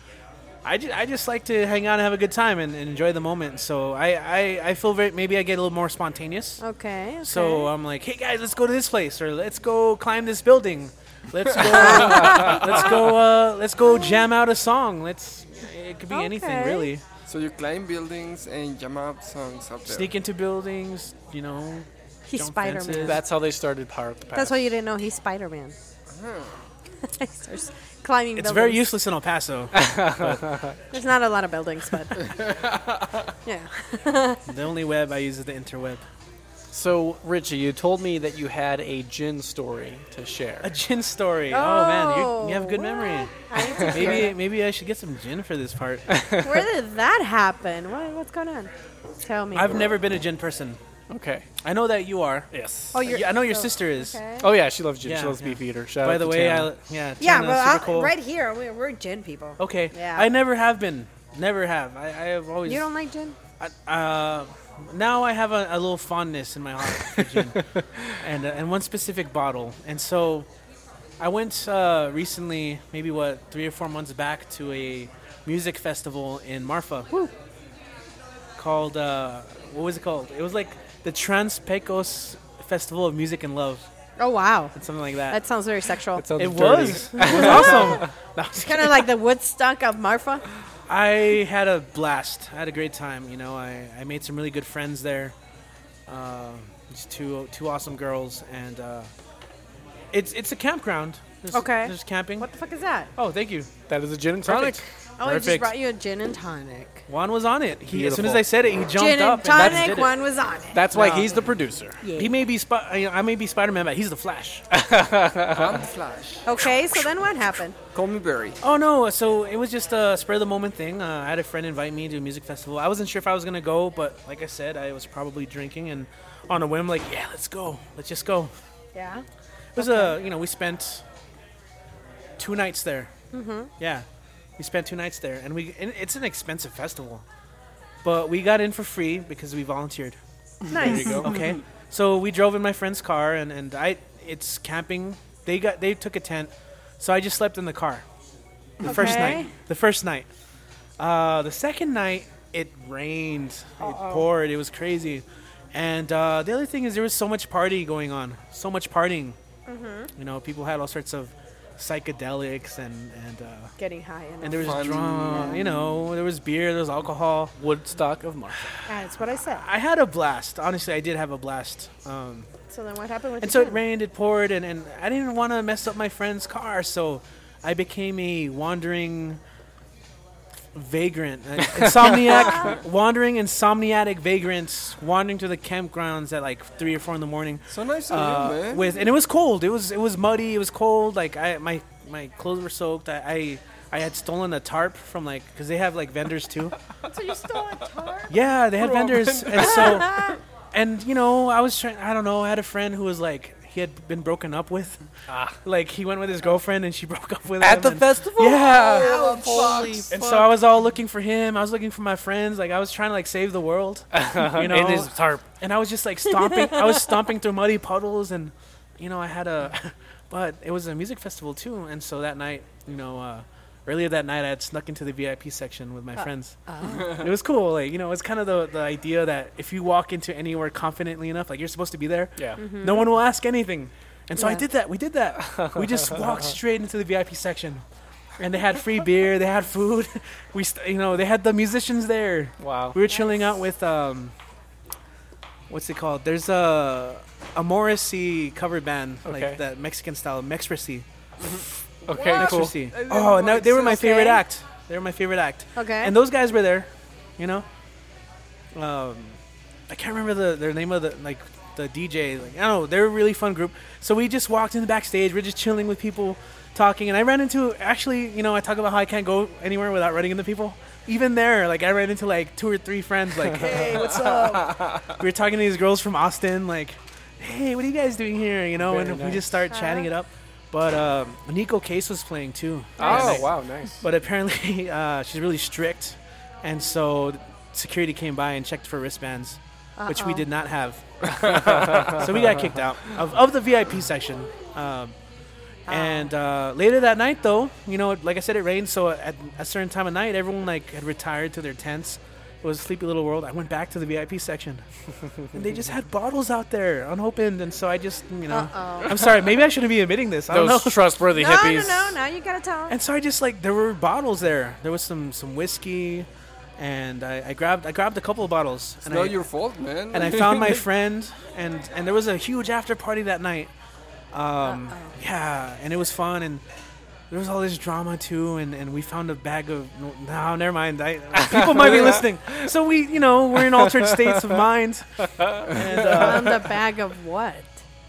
I, ju- I just like to hang out and have a good time and, and enjoy the moment. So I, I, I feel very, maybe I get a little more spontaneous. Okay. okay. So uh, I'm like, hey guys, let's go to this place or let's go climb this building. Let's go. let's go. Uh, let's go jam out a song. Let's. It could be anything Okay. really. so you climb buildings and jam out songs up there. Sneak into buildings. You know. he's jump Spider Man. fences. That's how they started Power of the Past. That's why you didn't know he's Spider Man. he starts climbing Hmm. It's buildings. very useless in El Paso. There's not a lot of buildings, but yeah. the only web I use is the interweb. So, Richie, you told me that you had a gin story to share. A gin story. Oh, man, you, Oh, you have good what? memory. I need to hear Maybe maybe I should get some gin for this part. that. Where did that happen? What, what's going on? Tell me. I've never been a gin person. Okay. I know that you are. Yes. Oh, you're, I know your oh, sister is. Okay. Oh yeah, she loves gin. she Yeah, loves yeah. beef eater. Shout By out to the way, Tana. I, yeah, yeah, Tana, well, super I, cool. right here we're, we're gin people. Okay. Yeah. I never have been. Never have. I, I have always. You don't like gin? I- uh, now I have a, a little fondness in my heart for gin, and uh, and one specific bottle. And so, I went uh, recently, maybe what three or four months back, to a music festival in Marfa called uh, what was it called? It was like the Trans Pecos Festival of Music and Love, Oh wow, something like that. that sounds very sexual. That sounds it dirty. was. It was awesome. No, I'm just kind of like the Woodstock of Marfa. I had a blast. I had a great time. You know, I, I made some really good friends there. Um these two two awesome girls, and uh, it's it's a campground. There's, Okay. There's camping. What the fuck is that? Oh, thank you. That is a gin and tonic. Oh, I just Perfect. brought you a gin and tonic. Juan was on it. He, as soon as Beautiful. I said it, he jumped Gin up. and that's- tonic did it. one was on it. That's why No. he's the producer. He may be Spi- I- I may be Spider Man, but he's the Flash. I'm Flash. Okay, so then what happened? Call me Barry. Oh no! So it was just a spur of the moment thing. Uh, I had a friend invite me to a music festival. I wasn't sure if I was gonna go, but like I said, I was probably drinking and on a whim, like, yeah, let's go, let's just go. Yeah. It was a you know we spent two nights there. Mm-hmm. Yeah, we spent two nights there, and we and it's an expensive festival, but we got in for free because we volunteered. Nice. Okay, so we drove in my friend's car, and and I it's camping. They got they took a tent, so I just slept in the car. The first Okay. night. The first night. Uh, the second night it rained. It poured. It was crazy. And uh, the other thing is there was so much party going on. So much partying. Mm-hmm. You know, people had all sorts of psychedelics and and uh, Getting high and, and there was Fun. drunk. You know, there was beer. There was alcohol. Woodstock of Marshall. that's what I said. I had a blast. Honestly, I did have a blast. Um, So then what happened with and the so it tent? rained, it poured, and, and I didn't want to mess up my friend's car, so I became a wandering vagrant, an insomniac, wandering insomniatic vagrants, wandering to the campgrounds at like three or four in the morning. So nice of uh, you, man. with and it was cold. It was it was muddy. It was cold. Like I my my clothes were soaked. I I, I had stolen a tarp from like because they have like vendors too. So you stole a tarp? Yeah, they had We're all vendors, and so, and you know, I was trying. I don't know. I had a friend who was like, he had been broken up with. Like he went with his girlfriend, and she broke up with him. and- festival? Yeah. Oh, Holy And so I was all looking for him. I was looking for my friends. Like I was trying to like save the world, you know. in his tarp. and I was just like stomping. I was stomping through muddy puddles, and you know, I had a. But it was a music festival too, and so that night, you know, uh, earlier that night, I had snuck into the VIP section with my friends it was cool. Like you know, it's kind of the the idea that if you walk into anywhere confidently enough, like you're supposed to be there, Yeah. Mm-hmm. no one will ask anything. And so I Yeah. did that. We did that. we just walked straight into the VIP section, and they had free beer. They had food. We st- you know they had the musicians there. Wow. We were chilling out with um, what's it called? There's a a Morrissey cover band Okay. like that Mexican style Mexpressy. Okay, cool. Mexpressy. I didn't Oh, know no, it they were my existed. favorite act. They were my favorite act. Okay. And those guys were there, you know. Um, I can't remember the their name of the like the DJ. Like I don't know, they're a really fun group. So we just walked in the backstage. We're just chilling with people, talking. And I ran into actually, you know, I talk about how I can't go anywhere without running into people. Even there, like I ran into like two or three friends. Like, hey, what's up? we were talking to these girls from Austin. Like, hey, what are you guys doing here? You know, Very and we nice. just start chatting it up. But um, Nico Case was playing too. Oh, wow, nice. But apparently, uh, she's really strict, and so th- security came by and checked for wristbands, which we Uh-oh. did not have. so we got kicked out of, of the VIP section. Um, Ah. and uh, later that night, though, you know, like I said, it rained. So at a certain time of night, everyone like had retired to their tents. It was sleepy little world. I went back to the VIP section, and they just had bottles out there unopened. And so I just, you know, Uh-oh. I'm sorry. Maybe I shouldn't be admitting this. I don't know. Those trustworthy No, no, hippies. no. Now you gotta tell. And so I just like there were bottles there. There was some some whiskey, and I, I grabbed I grabbed a couple of bottles. It's And not I, your fault, man. and I found my friend, and and there was a huge after party that night. Um, yeah, and it was fun, and there was all this drama too, and, and we found a bag of no, no, never mind. I, people might be listening, so we you know we're in altered states of mind. And, uh, Found a bag of what?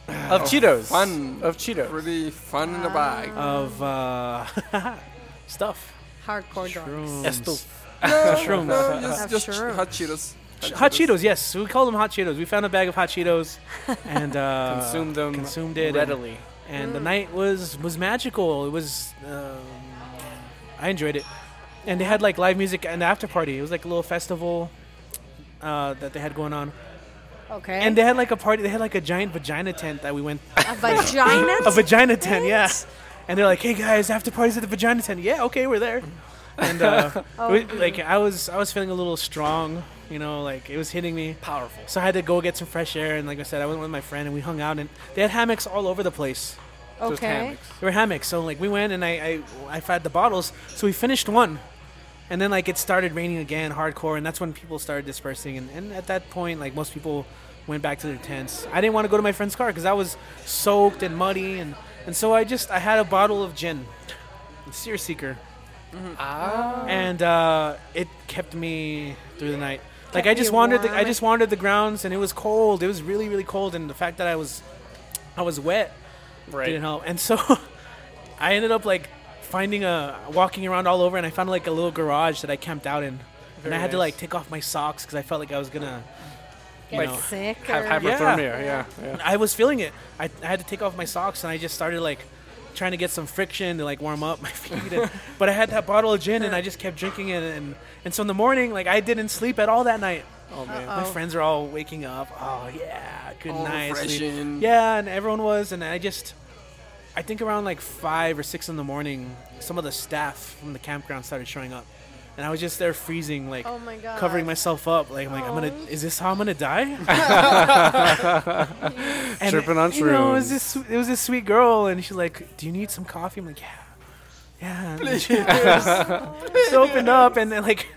Of Oh. Cheetos. Fun. Of Cheetos. pretty fun in the bag. of uh, stuff, Hardcore drugs. shrooms, Esto. shrooms. No, just, Have just shrooms. hot Cheetos. Hot Cheetos, yes. We call them Hot Cheetos. We found a bag of Hot Cheetos and uh, Consume them consumed it, and- readily. And, Mm. the night was was magical. It was. Um, I enjoyed it, and they had like live music and after party. It was like a little festival uh, that they had going on, Okay. and they had like a party. They had like a giant vagina tent that we went. a vagina. a vagina tent, yeah. And they're like, "Hey guys, after parties at the vagina tent." Yeah, okay, we're there. And uh, Oh. we- like I was, I was feeling a little strong. You know, like it was hitting me. Powerful. So I had to go get some fresh air, and like I said, I went with my friend, and we hung out, and they had hammocks all over the place. Just okay. hammocks. There were hammocks, so like we went, and I, I, I had the bottles, so we finished one, and then like it started raining again, hardcore, and that's when people started dispersing, and, and at that point, like most people went back to their tents. I didn't want to go to my friend's car because I was soaked and muddy, and and so I just I had a bottle of gin, Seer Seeker, Mm-hmm. Ah. and uh, it kept me through the night. Like Kept I you just wandered, the, warm. I just wandered the grounds, and it was cold. It was really, really cold, and the fact that I was, I was wet Right. didn't help. And so, I ended up like finding a walking around all over, and I found like a little garage that I camped out in, and Very I had to nice. like take off my socks because I felt like I was gonna Get Like, sick. Have or- hyperthermia. Yeah. Yeah. yeah. I was feeling it. I, I had to take off my socks and I just started like trying to get some friction to like warm up my feet. And, but I had that bottle of gin and I just kept drinking it. And, and so in the morning, like I didn't sleep at all that night. Oh man. My Uh-oh. friends are all waking up. Oh yeah, good All night. sleep. refreshing. Yeah, and everyone was, and I just, I think around like five or six in the morning, some of the staff from the campground started showing up, and I was just there freezing, like Oh my god. covering myself up. Like I'm like, I'm gonna. Aw. Is this how I'm gonna die? and Tripping on you know, it was shrooms. this. It was this sweet girl, and she's like, "Do you need some coffee?" I'm like, "Yeah, yeah." And then she just opened up, and then like.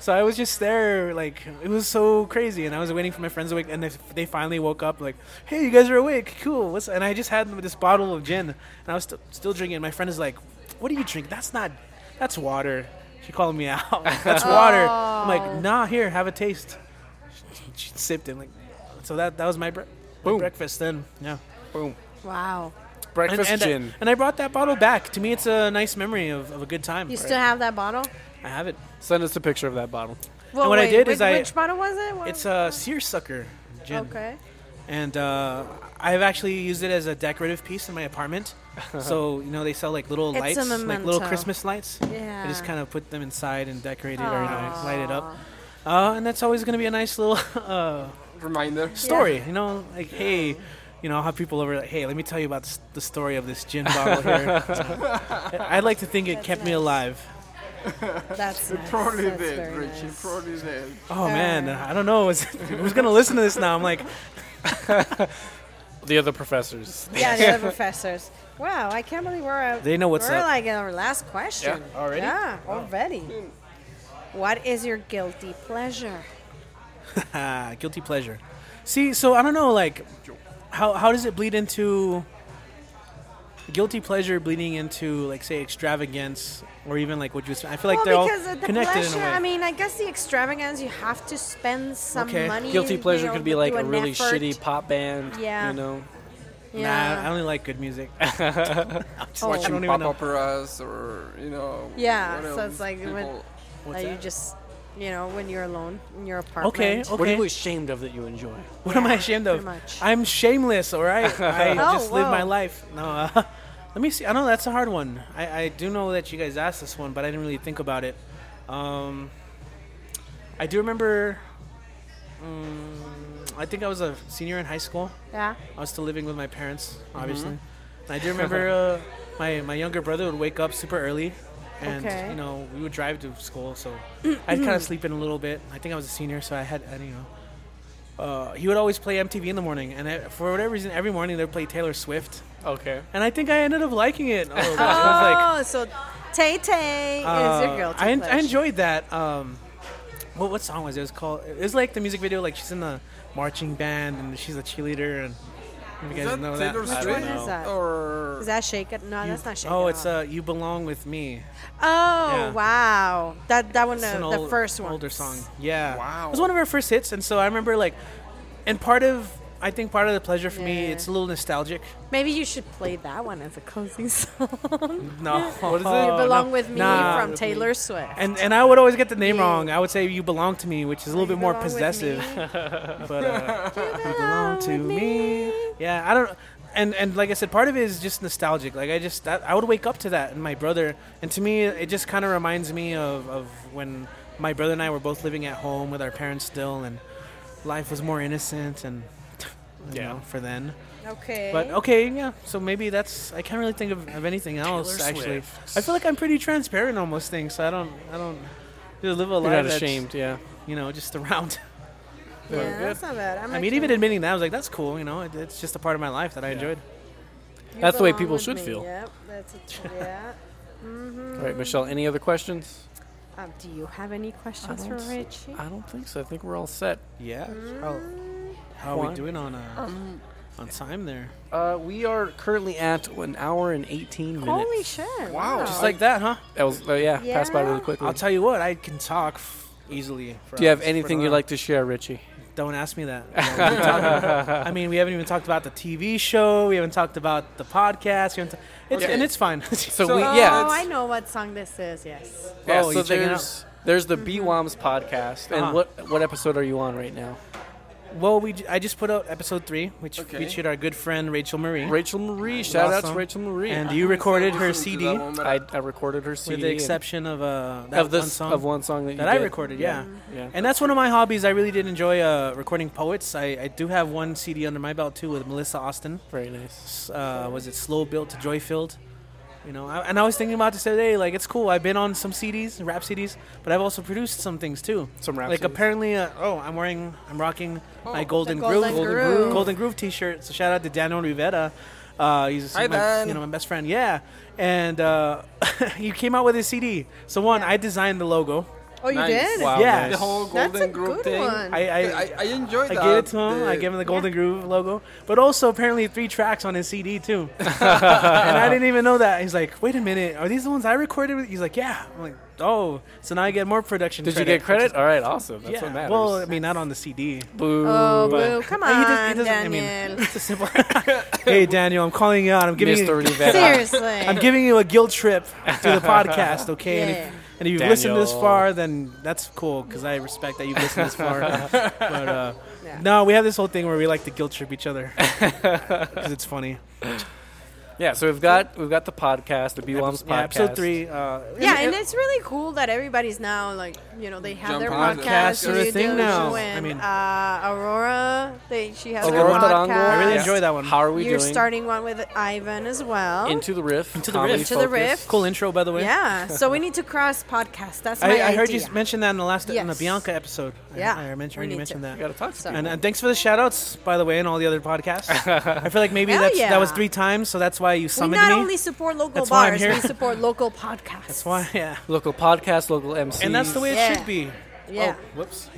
So I was just there, like it was so crazy, and I was waiting for my friends to wake, and they, they finally woke up, like, "Hey, you guys are awake, cool." What's, and I just had this bottle of gin, and I was still still drinking. And my friend is like, "What do you drink? That's not, that's water." She called me out. that's water. I'm Oh. like, "Nah, here, have a taste." She, she sipped it, like, so that that was my, bre- my Boom. breakfast then. Yeah, Boom. Wow. and, Breakfast and, I- gin. and I brought that bottle back. To me, it's a nice memory of, of a good time. You still have that bottle? I have it. Send us a picture of that bottle. Well, what I wait, did which, is I- Which bottle was it? What- It's a seersucker gin. Oh. Okay. and uh, I've actually used it as a decorative piece in my apartment. so you know they sell like little It's a lights, like little memento. Christmas lights. Yeah. I just kind of put them inside and decorate it or you know, Aw. light it up, uh, and that's always going to be a nice little uh, Reminder. story. You know, like hey, you know, I'll have people over like hey, let me tell you about s- the story of this gin bottle here. I'd like to think it That's kept me nice. alive. That's nice. Probably That's did, very Rich. You nice. probably did. Oh man, Uh. I don't know. Is- Who's going to listen to this now? I'm like, The other professors. Yeah, the other professors. Wow, I can't believe we're at, They know what's we're up. like in our last question. Yeah, already? Yeah, already. What is your guilty pleasure? Ah, guilty pleasure. See, so I don't know, like, how how does it bleed into guilty pleasure bleeding into like say extravagance or even like what you spend? I feel well, like they're all because of the connected pleasure, in a way. I mean, I guess the extravagance, you have to spend some Okay. money. Guilty you pleasure know, could be do like a an really effort. shitty pop band. Yeah. You know. Yeah. Nah, I only like good music. Oh. I don't Watching even pop know. operas or, you know. Yeah, what so else it's like when- people- What's that you that? just, you know, when you're alone in your apartment. Okay, okay. What are you ashamed of that you enjoy? What am I ashamed of? pretty much. I'm shameless, all right? I Oh, just live my whoa. life. No, uh, let me see. I know that's a hard one. I, I do know that you guys asked this one, but I didn't really think about it. Um, I do remember, um, I think I was a senior in high school. Yeah. I was still living with my parents, Mm-hmm. obviously. And I do remember uh, my, my younger brother would wake up super early. And Okay. you know we would drive to school, so I'd kind of sleep in a little bit. I think I was a senior, so I had I don't know uh, he would always play MTV in the morning, and I, for whatever reason, every morning they'd play Taylor Swift, Okay. and I think I ended up liking it. Oh, gosh. I Oh, so Tay Tay was Oh, is like, your uh, guilty I, en- I pleasure. enjoyed that. Um, what what song was it? It was called. It was like the music video, like she's in the marching band and she's a cheerleader, and if you Is guys that know Taylor that. I don't Swift know. What is that? or Is that Shake It? No, that's not Shake It. Oh, it's Off. uh, "You Belong with Me." Oh yeah. wow, that that one, It's uh, an the old- first one, older song. Yeah, Wow. it was one of her first hits, and so I remember like, and part of I think part of the pleasure for me, Yeah. it's a little nostalgic. Maybe you should play that one as a closing song. No, what is it? you belong with me Nah. from Taylor Swift. And and I would always get the name Yeah. wrong. I would say you belong to me, which is a little You bit more belong with possessive. me. But uh, you belong to me. Yeah, I don't. And and like I said, part of it is just nostalgic. Like I just that, I would wake up to that and my brother. And to me, it just kind of reminds me of of when my brother and I were both living at home with our parents still, and life was more innocent and. You Yeah. know, for then. Okay. But oh, okay, yeah. So maybe that's. I can't really think of, of anything else. actually, Swift. I feel like I'm pretty transparent on most things. So I don't. I don't. Just live a life You're not that's- ashamed. Yeah. you know, just around. yeah, Very good. that's not bad. I'm I mean, even admitting that, I was like, that's cool, you know, it, it's just a part of my life that I enjoyed. That's the way people should feel. Yep, that's it. Yeah. All right, Michelle. Any other questions? Um, do you have any questions for don't Richie? I don't think so. I think we're all set. Yeah. How, how are Juan? we doing on uh, on time there? Uh, we are currently at an hour and 18 minutes. Holy shit! Wow. uh, Just Oh. like that, huh? That was, uh, yeah, passed by Yeah. really quickly. I'll tell you what, I can talk f- easily. For Do you have hours, for anything a you'd while. like to share, Richie? Don't ask me that. We've been talking- I mean, we haven't even talked about the TV show. We haven't talked about the podcast. We haven't ta- it's, Okay. And it's fine. uh, So, So- we, Oh, yeah. I know what song this is. Yes. yeah, Oh, so you checking it Mm-hmm. there's there's the BWOMS podcast, and Uh-huh. what what episode are you on right now? Well, we j- I just put out episode three, which Okay. featured our good friend Rachel Marie. Rachel Marie, shout out to Awesome. Rachel Marie. And I, you recorded I her listened to CD, that with one, but I, recorded her CD the and- exception of uh, that of this one song of one song that, that you I did. recorded. Yeah. yeah. and that's one of my hobbies. I really did enjoy uh, recording poets. I, I do have one CD under my belt too with Melissa Austin. Very nice. S- Uh, was it slow built to joy filled? You know, I, and I was thinking about this today. Like, it's cool. I've been on some CDs, rap CDs, but I've also produced some things too. Some rap Like, CDs. apparently, uh, oh, I'm wearing, I'm rocking my Oh, Golden, the Golden Groove, Groove. Golden Groove T-shirt. So shout out to Daniel Rivera. Uh, he's Hi, my, Dan. you know my best friend. Yeah, and uh, he came out with his CD. So one, I designed the logo. Oh, you Nice. did? Wow. yeah, The whole Golden That's a Group good thing. one. I, I, I, I enjoyed I that. uh, gave it to him. I the- gave him the Golden Groove logo, but also apparently three tracks on his CD too. and I didn't even know that. He's like, "Wait a minute, are these the ones I recorded?" with? He's like, "Yeah." I'm like, "Oh, so now I get more production." Did you credit, get which is- credit? All right, awesome. That's what yeah. matters. Well, I mean, not on the CD. Boo. oh, boo. Come Uh, on, he does- he doesn't- I mean, Daniel. it's a simple. hey, Daniel, I'm calling you out. I'm giving Mr. you. Rivera. Seriously. I'm giving you a guilt trip to the podcast, okay? And, Yeah. if, and if you've listened this Daniel. far, then that's cool because I respect that you've listened this far. but uh, Yeah. no, we have this whole thing where we like to guilt trip each other because it's funny. yeah, so we've got we've got the podcast, the BWOM's podcast. Yeah, episode three. Uh, Yeah, and it's really cool that everybody's now like you know they have Jump their on it. podcast. Podcasts are a thing now. And, I mean- uh, Aurora, they, she has Aurora her Tarango. podcast. I really Yeah. enjoy that one. How are we You're doing? starting one with Ivan as well. into the riff. Into the riff. Into the riff. cool intro, by the way. yeah, so we need to cross podcasts. That's my I, I heard idea. you mention that in the last in the Yes. Bianca episode. I- Yeah, I, we mentioned, already need mentioned to. that. You gotta talk to So- people. And, uh, and thanks for the shout outs, by the way, and all the other podcasts. I feel like maybe Hell that's, that was yeah. three times, so that's why you we summoned not me. only support local That's why I'm bars, here. we support local podcasts. that's why, yeah. local podcast, local MCs. And that's the way it Yeah. should be. Yeah. Oh, whoops.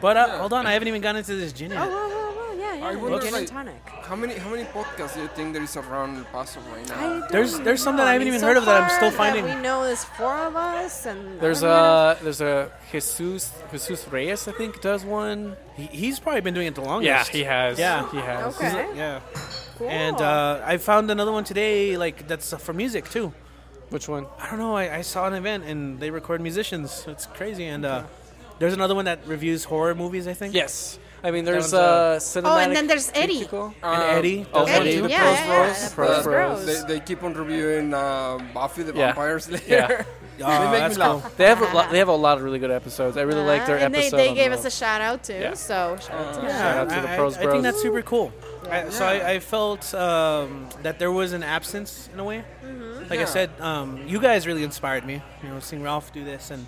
but uh, hold on, I haven't even gotten into this gin Oh, yet. well, well, well, yeah, yeah. I wonder gin if and I- tonic. How many how many podcasts do you think there is around El Paso right I now? don't There's- there's some know. that I I haven't mean, even so heard of that I'm far still finding. We know there's four of us, and I There's don't know. a there's a Jesus Jesus Reyes I think does one. He, he's probably been doing it the longest. has. Yeah. Oh, he has. Okay. Yeah. Cool. And uh, I found another one today, like that's for music too. Which one? I don't know. I, I saw an event and they record musicians. It's crazy. And uh, there's another one that reviews horror movies. I think. Yes. I mean, there's That uh, one's, cinematic. Oh, and then there's Eddie. Spectacle. And Um, Eddie. oh, does Eddie, one too. yeah, yeah, yeah, Bros. the Bros. Bros. Bros. They, they keep on reviewing uh, Buffy the Yeah. Vampire Slayer. Yeah. Oh, they make that's me laugh. cool. They have a lot, they have a lot of really good episodes. I really like their Uh, and episode. they, they on gave the- us a shout out too. Yeah. So shout out to Yeah, Shout out to the I- I- Pros I, Bros. think that's super cool. I, so Yeah. I, I felt um, that there was an absence in a way. Mm-hmm. Like I Yeah. said, um, you guys really inspired me. You know, seeing Ralph do this, and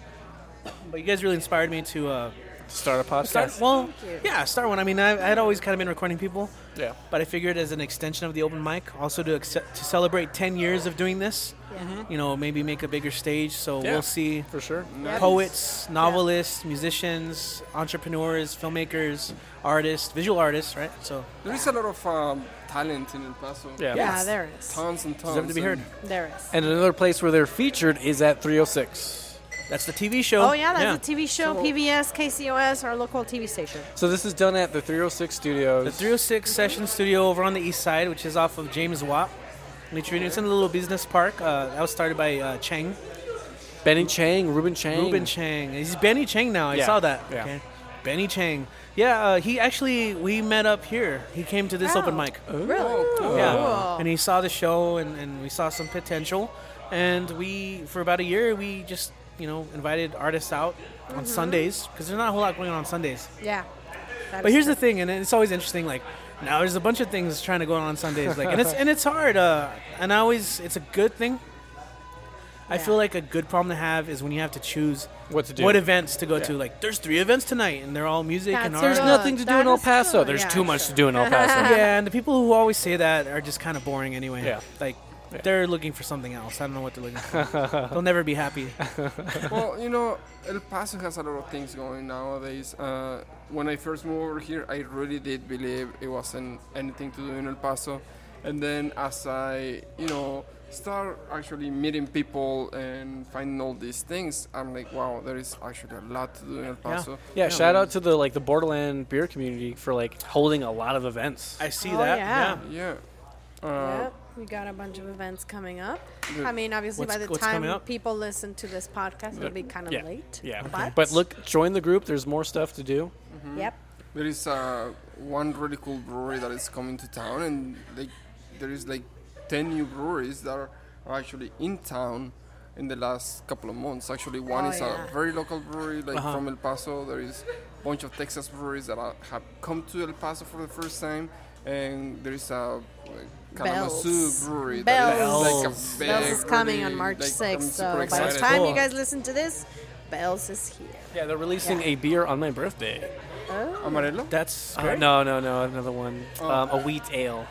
but you guys really inspired me to uh, start a podcast. start. Well, Thank you. yeah, start one. I mean, I, I'd always kind of been recording people, yeah. but I figured as an extension of the open mic, also to accept, to celebrate 10 years of doing this, Yeah. you know, maybe make a bigger stage. So Yeah. we'll see For sure. Nice. poets, novelists, musicians, entrepreneurs, filmmakers, artists, visual artists, right? So There is a lot of um, talent in El Paso. Yeah. Yeah, there is. Tons and tons. deserve to be heard. and- There is. And another place where they're featured is at 306. That's the TV show. Oh yeah, that's a TV show, PBS, KCOS, our local TV station. So this is done at the 306 studios. The 306 Session Studio over on the east side, which is off of James Watt. Literally, it's in a little business park. Uh, that was started by uh, Chang, Benny Chang, Ruben Chang. Ruben Chang. He's Benny Chang now. I Yeah, saw that. yeah. Benny Chang. Yeah, uh, he actually we met up here. He came to this Oh. open mic. Really? cool. Yeah. Cool. And he saw the show and, and we saw some potential. And we, for about a year, we just, you know, invited artists out on Mm-hmm. Sundays because there's not a whole lot going on on Sundays. yeah. That But is here's true. the thing, and it's always interesting, like, now there's a bunch of things trying to go on on Sundays. Like, and it's, and it's hard. Uh, and I always, it's a good thing. I Yeah. feel like a good problem to have is when you have to choose What to do. what events to go to. Yeah. Like, there's three events tonight, and they're all music That's and art. There's Good. nothing to do in That El is Paso. good. There's Oh, Yeah, too much sure. to do in El Paso. yeah, and the people who always say that are just kind of boring anyway. Yeah. Like, they're looking for something else. I don't know what they're looking for. They'll never be happy. well, you know, El Paso has a lot of things going nowadays. Uh, when I first moved over here, I really did believe it wasn't anything to do in El Paso. And then as I, you know, start actually meeting people and finding all these things, I'm like, wow, there is actually a lot to do in El Paso. Yeah, shout out to the like the Borderland beer community for like holding a lot of events. I see Oh, that. yeah. Yeah. Uh, Yep. We got a bunch of events coming up. I mean, obviously, by What's- the what's coming time up? people listen to this podcast, it'll be kind of yeah. late. Yeah. But, But look, join the group. There's more stuff to do. Yep. There is uh, one really cool brewery that is coming to town, and like there is like ten new breweries that are are actually in town in the last couple of months. Actually, one Oh, is yeah. a very local brewery, like Uh-huh. from El Paso. There is a bunch of Texas breweries that are, have come to El Paso for the first time, and there is a like, Kalamazoo Bells. brewery. That Bells. is, like, a Bells big is coming on brewery, March like, I'm 6th, super so by the excited. time Cool. you guys listen to this, Bells is here. Yeah, they're releasing Yeah. a beer on my birthday. Oh, Amarillo? That's Uh, great. no, no, no, another one. Um, a wheat ale.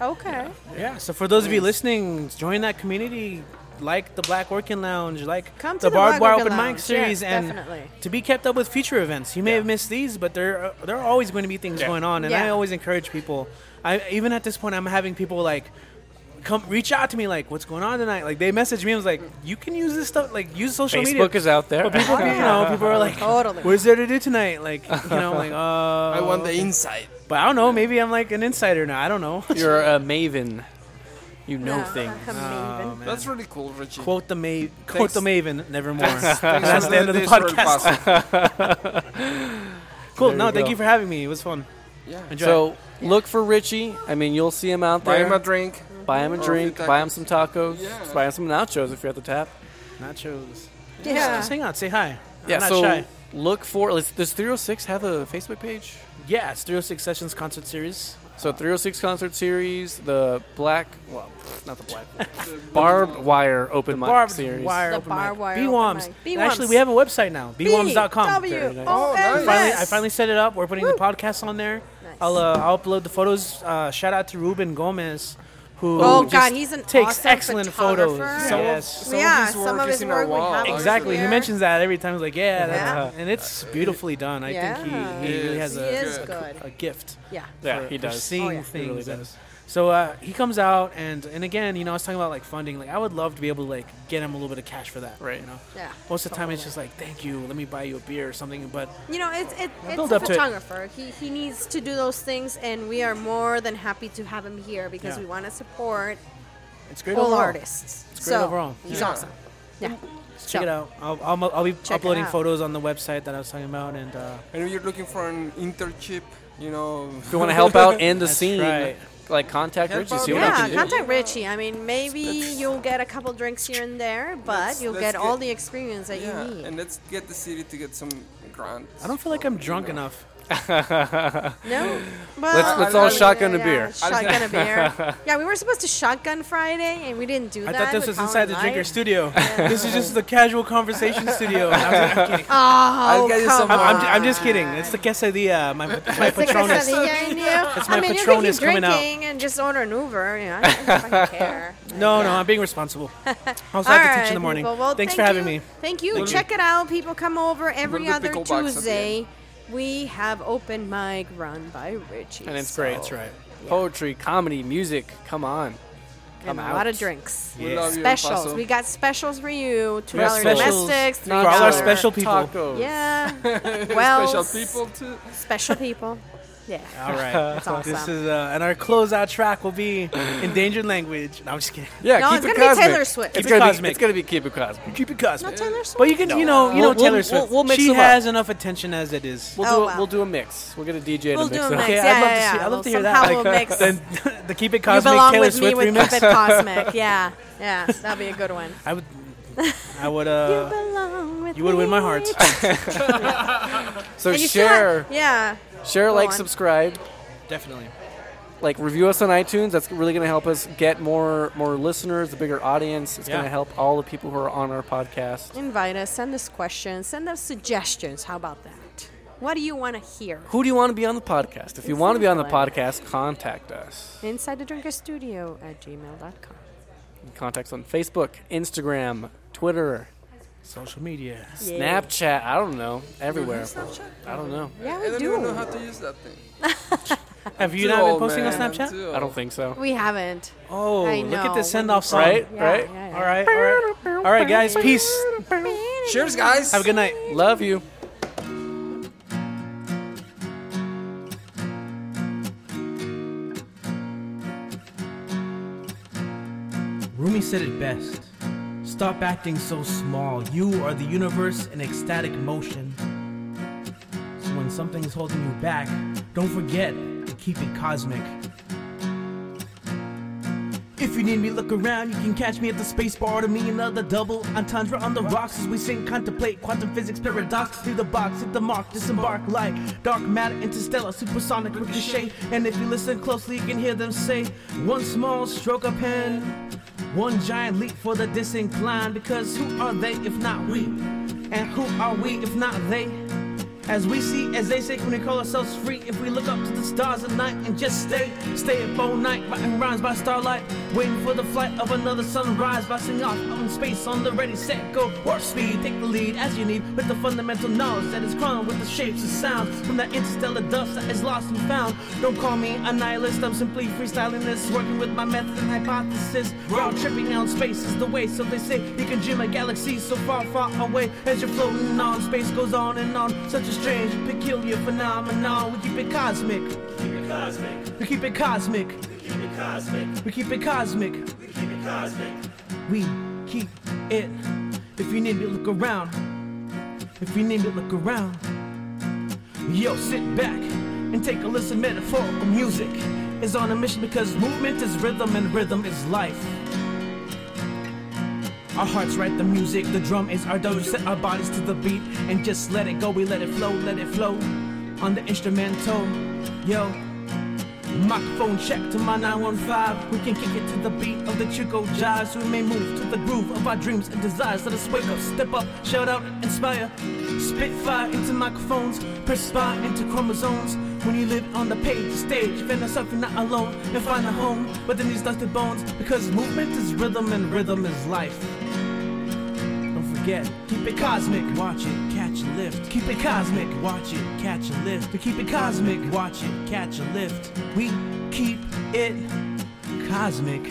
okay. Yeah. So for those of you listening, join that community. Like the Black Working Lounge, like Come to the the Barbed Black Wire Working Open Mic Lounge. series, Yes, and definitely. to be kept up with future events. You may have missed these, but there are, there are always going to be things Yeah. going on, and Yeah. I always encourage people. I even at this point, I'm having people like come reach out to me, like, "What's going on tonight?" Like they message me, I was like, "You can use this stuff, like use social media." Facebook is out there. People, you know, people are like, Totally. "Where's there to do tonight?" Like, you know, I'm like, uh, I want the inside. But I don't know. Maybe I'm like an insider now. I don't know. You're a maven. You know Yeah, things. come Oh, even. man. That's really cool, Richie. Quote the ma- quote the Maven, nevermore. That's, Thanks for the end of the this, Earl podcast. Paso. Cool. There No, you thank go. you for having me. It was fun. yeah. Enjoy. So look for Richie. I mean, you'll see him out Buy there. him a drink. buy him a Or a drink. few Buy tacos. him some tacos. Yeah. Buy him some nachos if you're at the tap. nachos. Yeah. Just, just hang out. Say hi. Yeah. I'm not so shy. look for. let's- Does 306 have a Facebook page? Yeah, it's 306 Sessions concert series. So 306 concert series, the black, well, not the black, barbed wire open mic Barbed series. wire The open Bar mic. Wire open B-Woms. mic. And B-Woms. Actually, we have a website now. B-Woms.com. B Very nice. W Oh, O nice. M Finally, I S. finally set it up. We're putting Woo. the podcast on there. Nice. I'll uh, I'll upload the photos. Uh, shout out to Ruben Gomez, who Oh, just God, he's an takes awesome excellent photos. photographer. Some of- yes, some yeah, of his work some of is his in work our we wall. have actually. Exactly. He Here. mentions that every time. He's like, yeah, that's- uh, and it's beautifully done. I Yeah. think he, he really has Yes. He a, is a- good. a gift. Yeah. Yeah, for- he for does. seeing Oh, yeah. things. He really and- does. So uh, he comes out, and and again, you know, I was talking about like funding. Like, I would love to be able to like get him a little bit of cash for that. Right. You know. Yeah. Most of the time, it's just like, thank you. Let me buy you a beer or something. But You know, it's it, it's build a up to it. photographer. He he needs to do those things, and we are more than happy to have him here because Yeah. we want to support it's great. all overall. artists. It's great so overall. he's Yeah. awesome. Yeah. Check So- it out. I'll, I'll, I'll be Check it uploading out. photos on the website that I was talking about, and uh, And if you're looking for an internship, you know, If you want to help out in the That's scene, right. like contact Help Richie, out see what Richie. I Yeah, can do. contact Richie. I mean, maybe That's- you'll get a couple drinks here and there, but Let's- you'll let's get, all get- the experience that yeah, you need. and let's get the city to get some grants. I don't feel like I'm drunk enough. No, but Let's- let's all shotgun a beer. Shotgun a beer. Yeah, we were supposed to shotgun Friday, and we didn't do I that. thought this with was Colin inside the Knight. drinker studio. this is just the casual conversation studio. And I was like, I'm, Oh, kidding. I'll get you some I'm, I'm, ju- I'm just kidding. It's the quesadilla. My, my patronus. It's my I mean, you Patronus can keep coming out. drinking and just order an Uber. You know, I don't fucking care. No, no, Yeah. I'm being responsible. I also All have to teach right, in the morning. people. Well, Thanks thank for having you. me. Thank you. Thank you. Check it out, people. Come over every We'll do other pickle box at the Tuesday. We have open mic run by Richie, And it's great. so- Poetry, comedy, music. Come on. and Come a out. lot of drinks. We love you, El Specials. Paso. We got specials for you. Two We got dollar specials domestics. for Three all our dollar- special people. Tacos. Yeah. well, special people too. Special people. Yeah. All right. That's awesome. This is uh, and our closeout track will be endangered language. No, I'm just kidding. Yeah, No, keep it's it gonna be cosmic. Taylor Swift. It's Keep it gonna be. cosmic. It's gonna be keep it cosmic. Keep it cosmic. Not Taylor Swift. But you can, you know, you know We'll- Taylor we'll- Swift. we'll- we'll mix she them up. has enough attention as it is. We'll Oh, do. A, wow. We'll do a mix. We'll get a DJ We'll to mix it. do a mix. up. Okay, yeah, I'd love yeah, to see- yeah. I'd love We'll to hear that. somehow Like, uh, we'll mix. Then the keep it you cosmic belong Taylor with Swift me with remix. Keep It Cosmic. Yeah. Yeah. That'll be a good one. I would. I would. Uh, belong with you would win my heart. So And you still share, have- yeah. share, Go like, on. subscribe, Definitely. like review us on iTunes. That's really going to help us get more more listeners, a bigger audience. It's going Yeah. to help all the people who are on our podcast. Invite us. Send us questions. Send us suggestions. How about that? What do you want to hear? Who do you want to be on the podcast? If you want to be on the podcast, contact us. Inside the Drinker Studio at gmail.com. Contact us on Facebook, Instagram, Twitter, Social media. Yeah. Snapchat. I don't know. Everywhere. I don't know. Yeah, I we don't do. even know how to use that thing. Have you Too not been old, posting man, on I'm Snapchat? too old. I don't think so. We haven't. Oh, I look at know. the send off song. Right? Yeah, right? yeah, yeah. All right. All right. All right, guys. Peace. Cheers, guys. Have a good night. Love you. Rumi said it best Stop acting so small. You are the universe in ecstatic motion. So when and something's holding you back, don't forget to keep it cosmic. If you need me, look around. You can catch me at the space bar to me another double entendre on the rocks as we sing, contemplate quantum physics paradox. Through the box, hit the mark, disembark like dark matter, interstellar, supersonic ricochet. And if you listen closely, you can hear them say, one small stroke of pen, one giant leap for the disinclined. Because who are they if not we? And who are we if not they? As we see, as they say, when we call ourselves free, if we look up to the stars at night and just stay, stay up all night, writing rhymes by starlight, waiting for the flight of another sunrise, bouncing off out in space on the ready, set, go, warp speed, take the lead as you need, with the fundamental knowledge that is crowned with the shapes and sounds from that interstellar dust that is lost and found. Don't call me a nihilist, I'm simply freestyling this, working with my method and hypothesis. We're all tripping out in space is the way, so they say you can dream a galaxy so far, far away as you're floating on. Space goes on and on, such a strange, peculiar phenomenon. We keep it cosmic. We keep it cosmic. We keep it cosmic. We keep it cosmic. If you need me, look around. If you need me, look around. Yo, sit back and take a listen. Metaphorical music is on a mission because movement is rhythm and rhythm is life. Our hearts write the music, the drum is our dough. Set our bodies to the beat and just let it go. We let it flow, let it flow on the instrumental. Yo, microphone check to my 915. We can kick it to the beat of the Chico jives. We may move to the groove of our dreams and desires. Let us wake up, step up, shout out, inspire. Spit fire into microphones, perspire into chromosomes. When you live on the page, the stage, you find yourself you're not alone and find a home within these dusted bones. Because movement is rhythm and rhythm is life. Don't forget, keep it cosmic. Watch it, catch a lift. Keep it cosmic. Watch it, catch a lift. We keep it cosmic. Watch it, catch a lift. We keep it cosmic.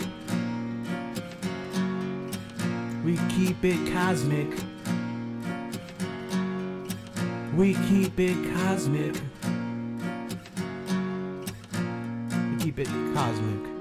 We keep it cosmic. We keep it cosmic. We keep it cosmic.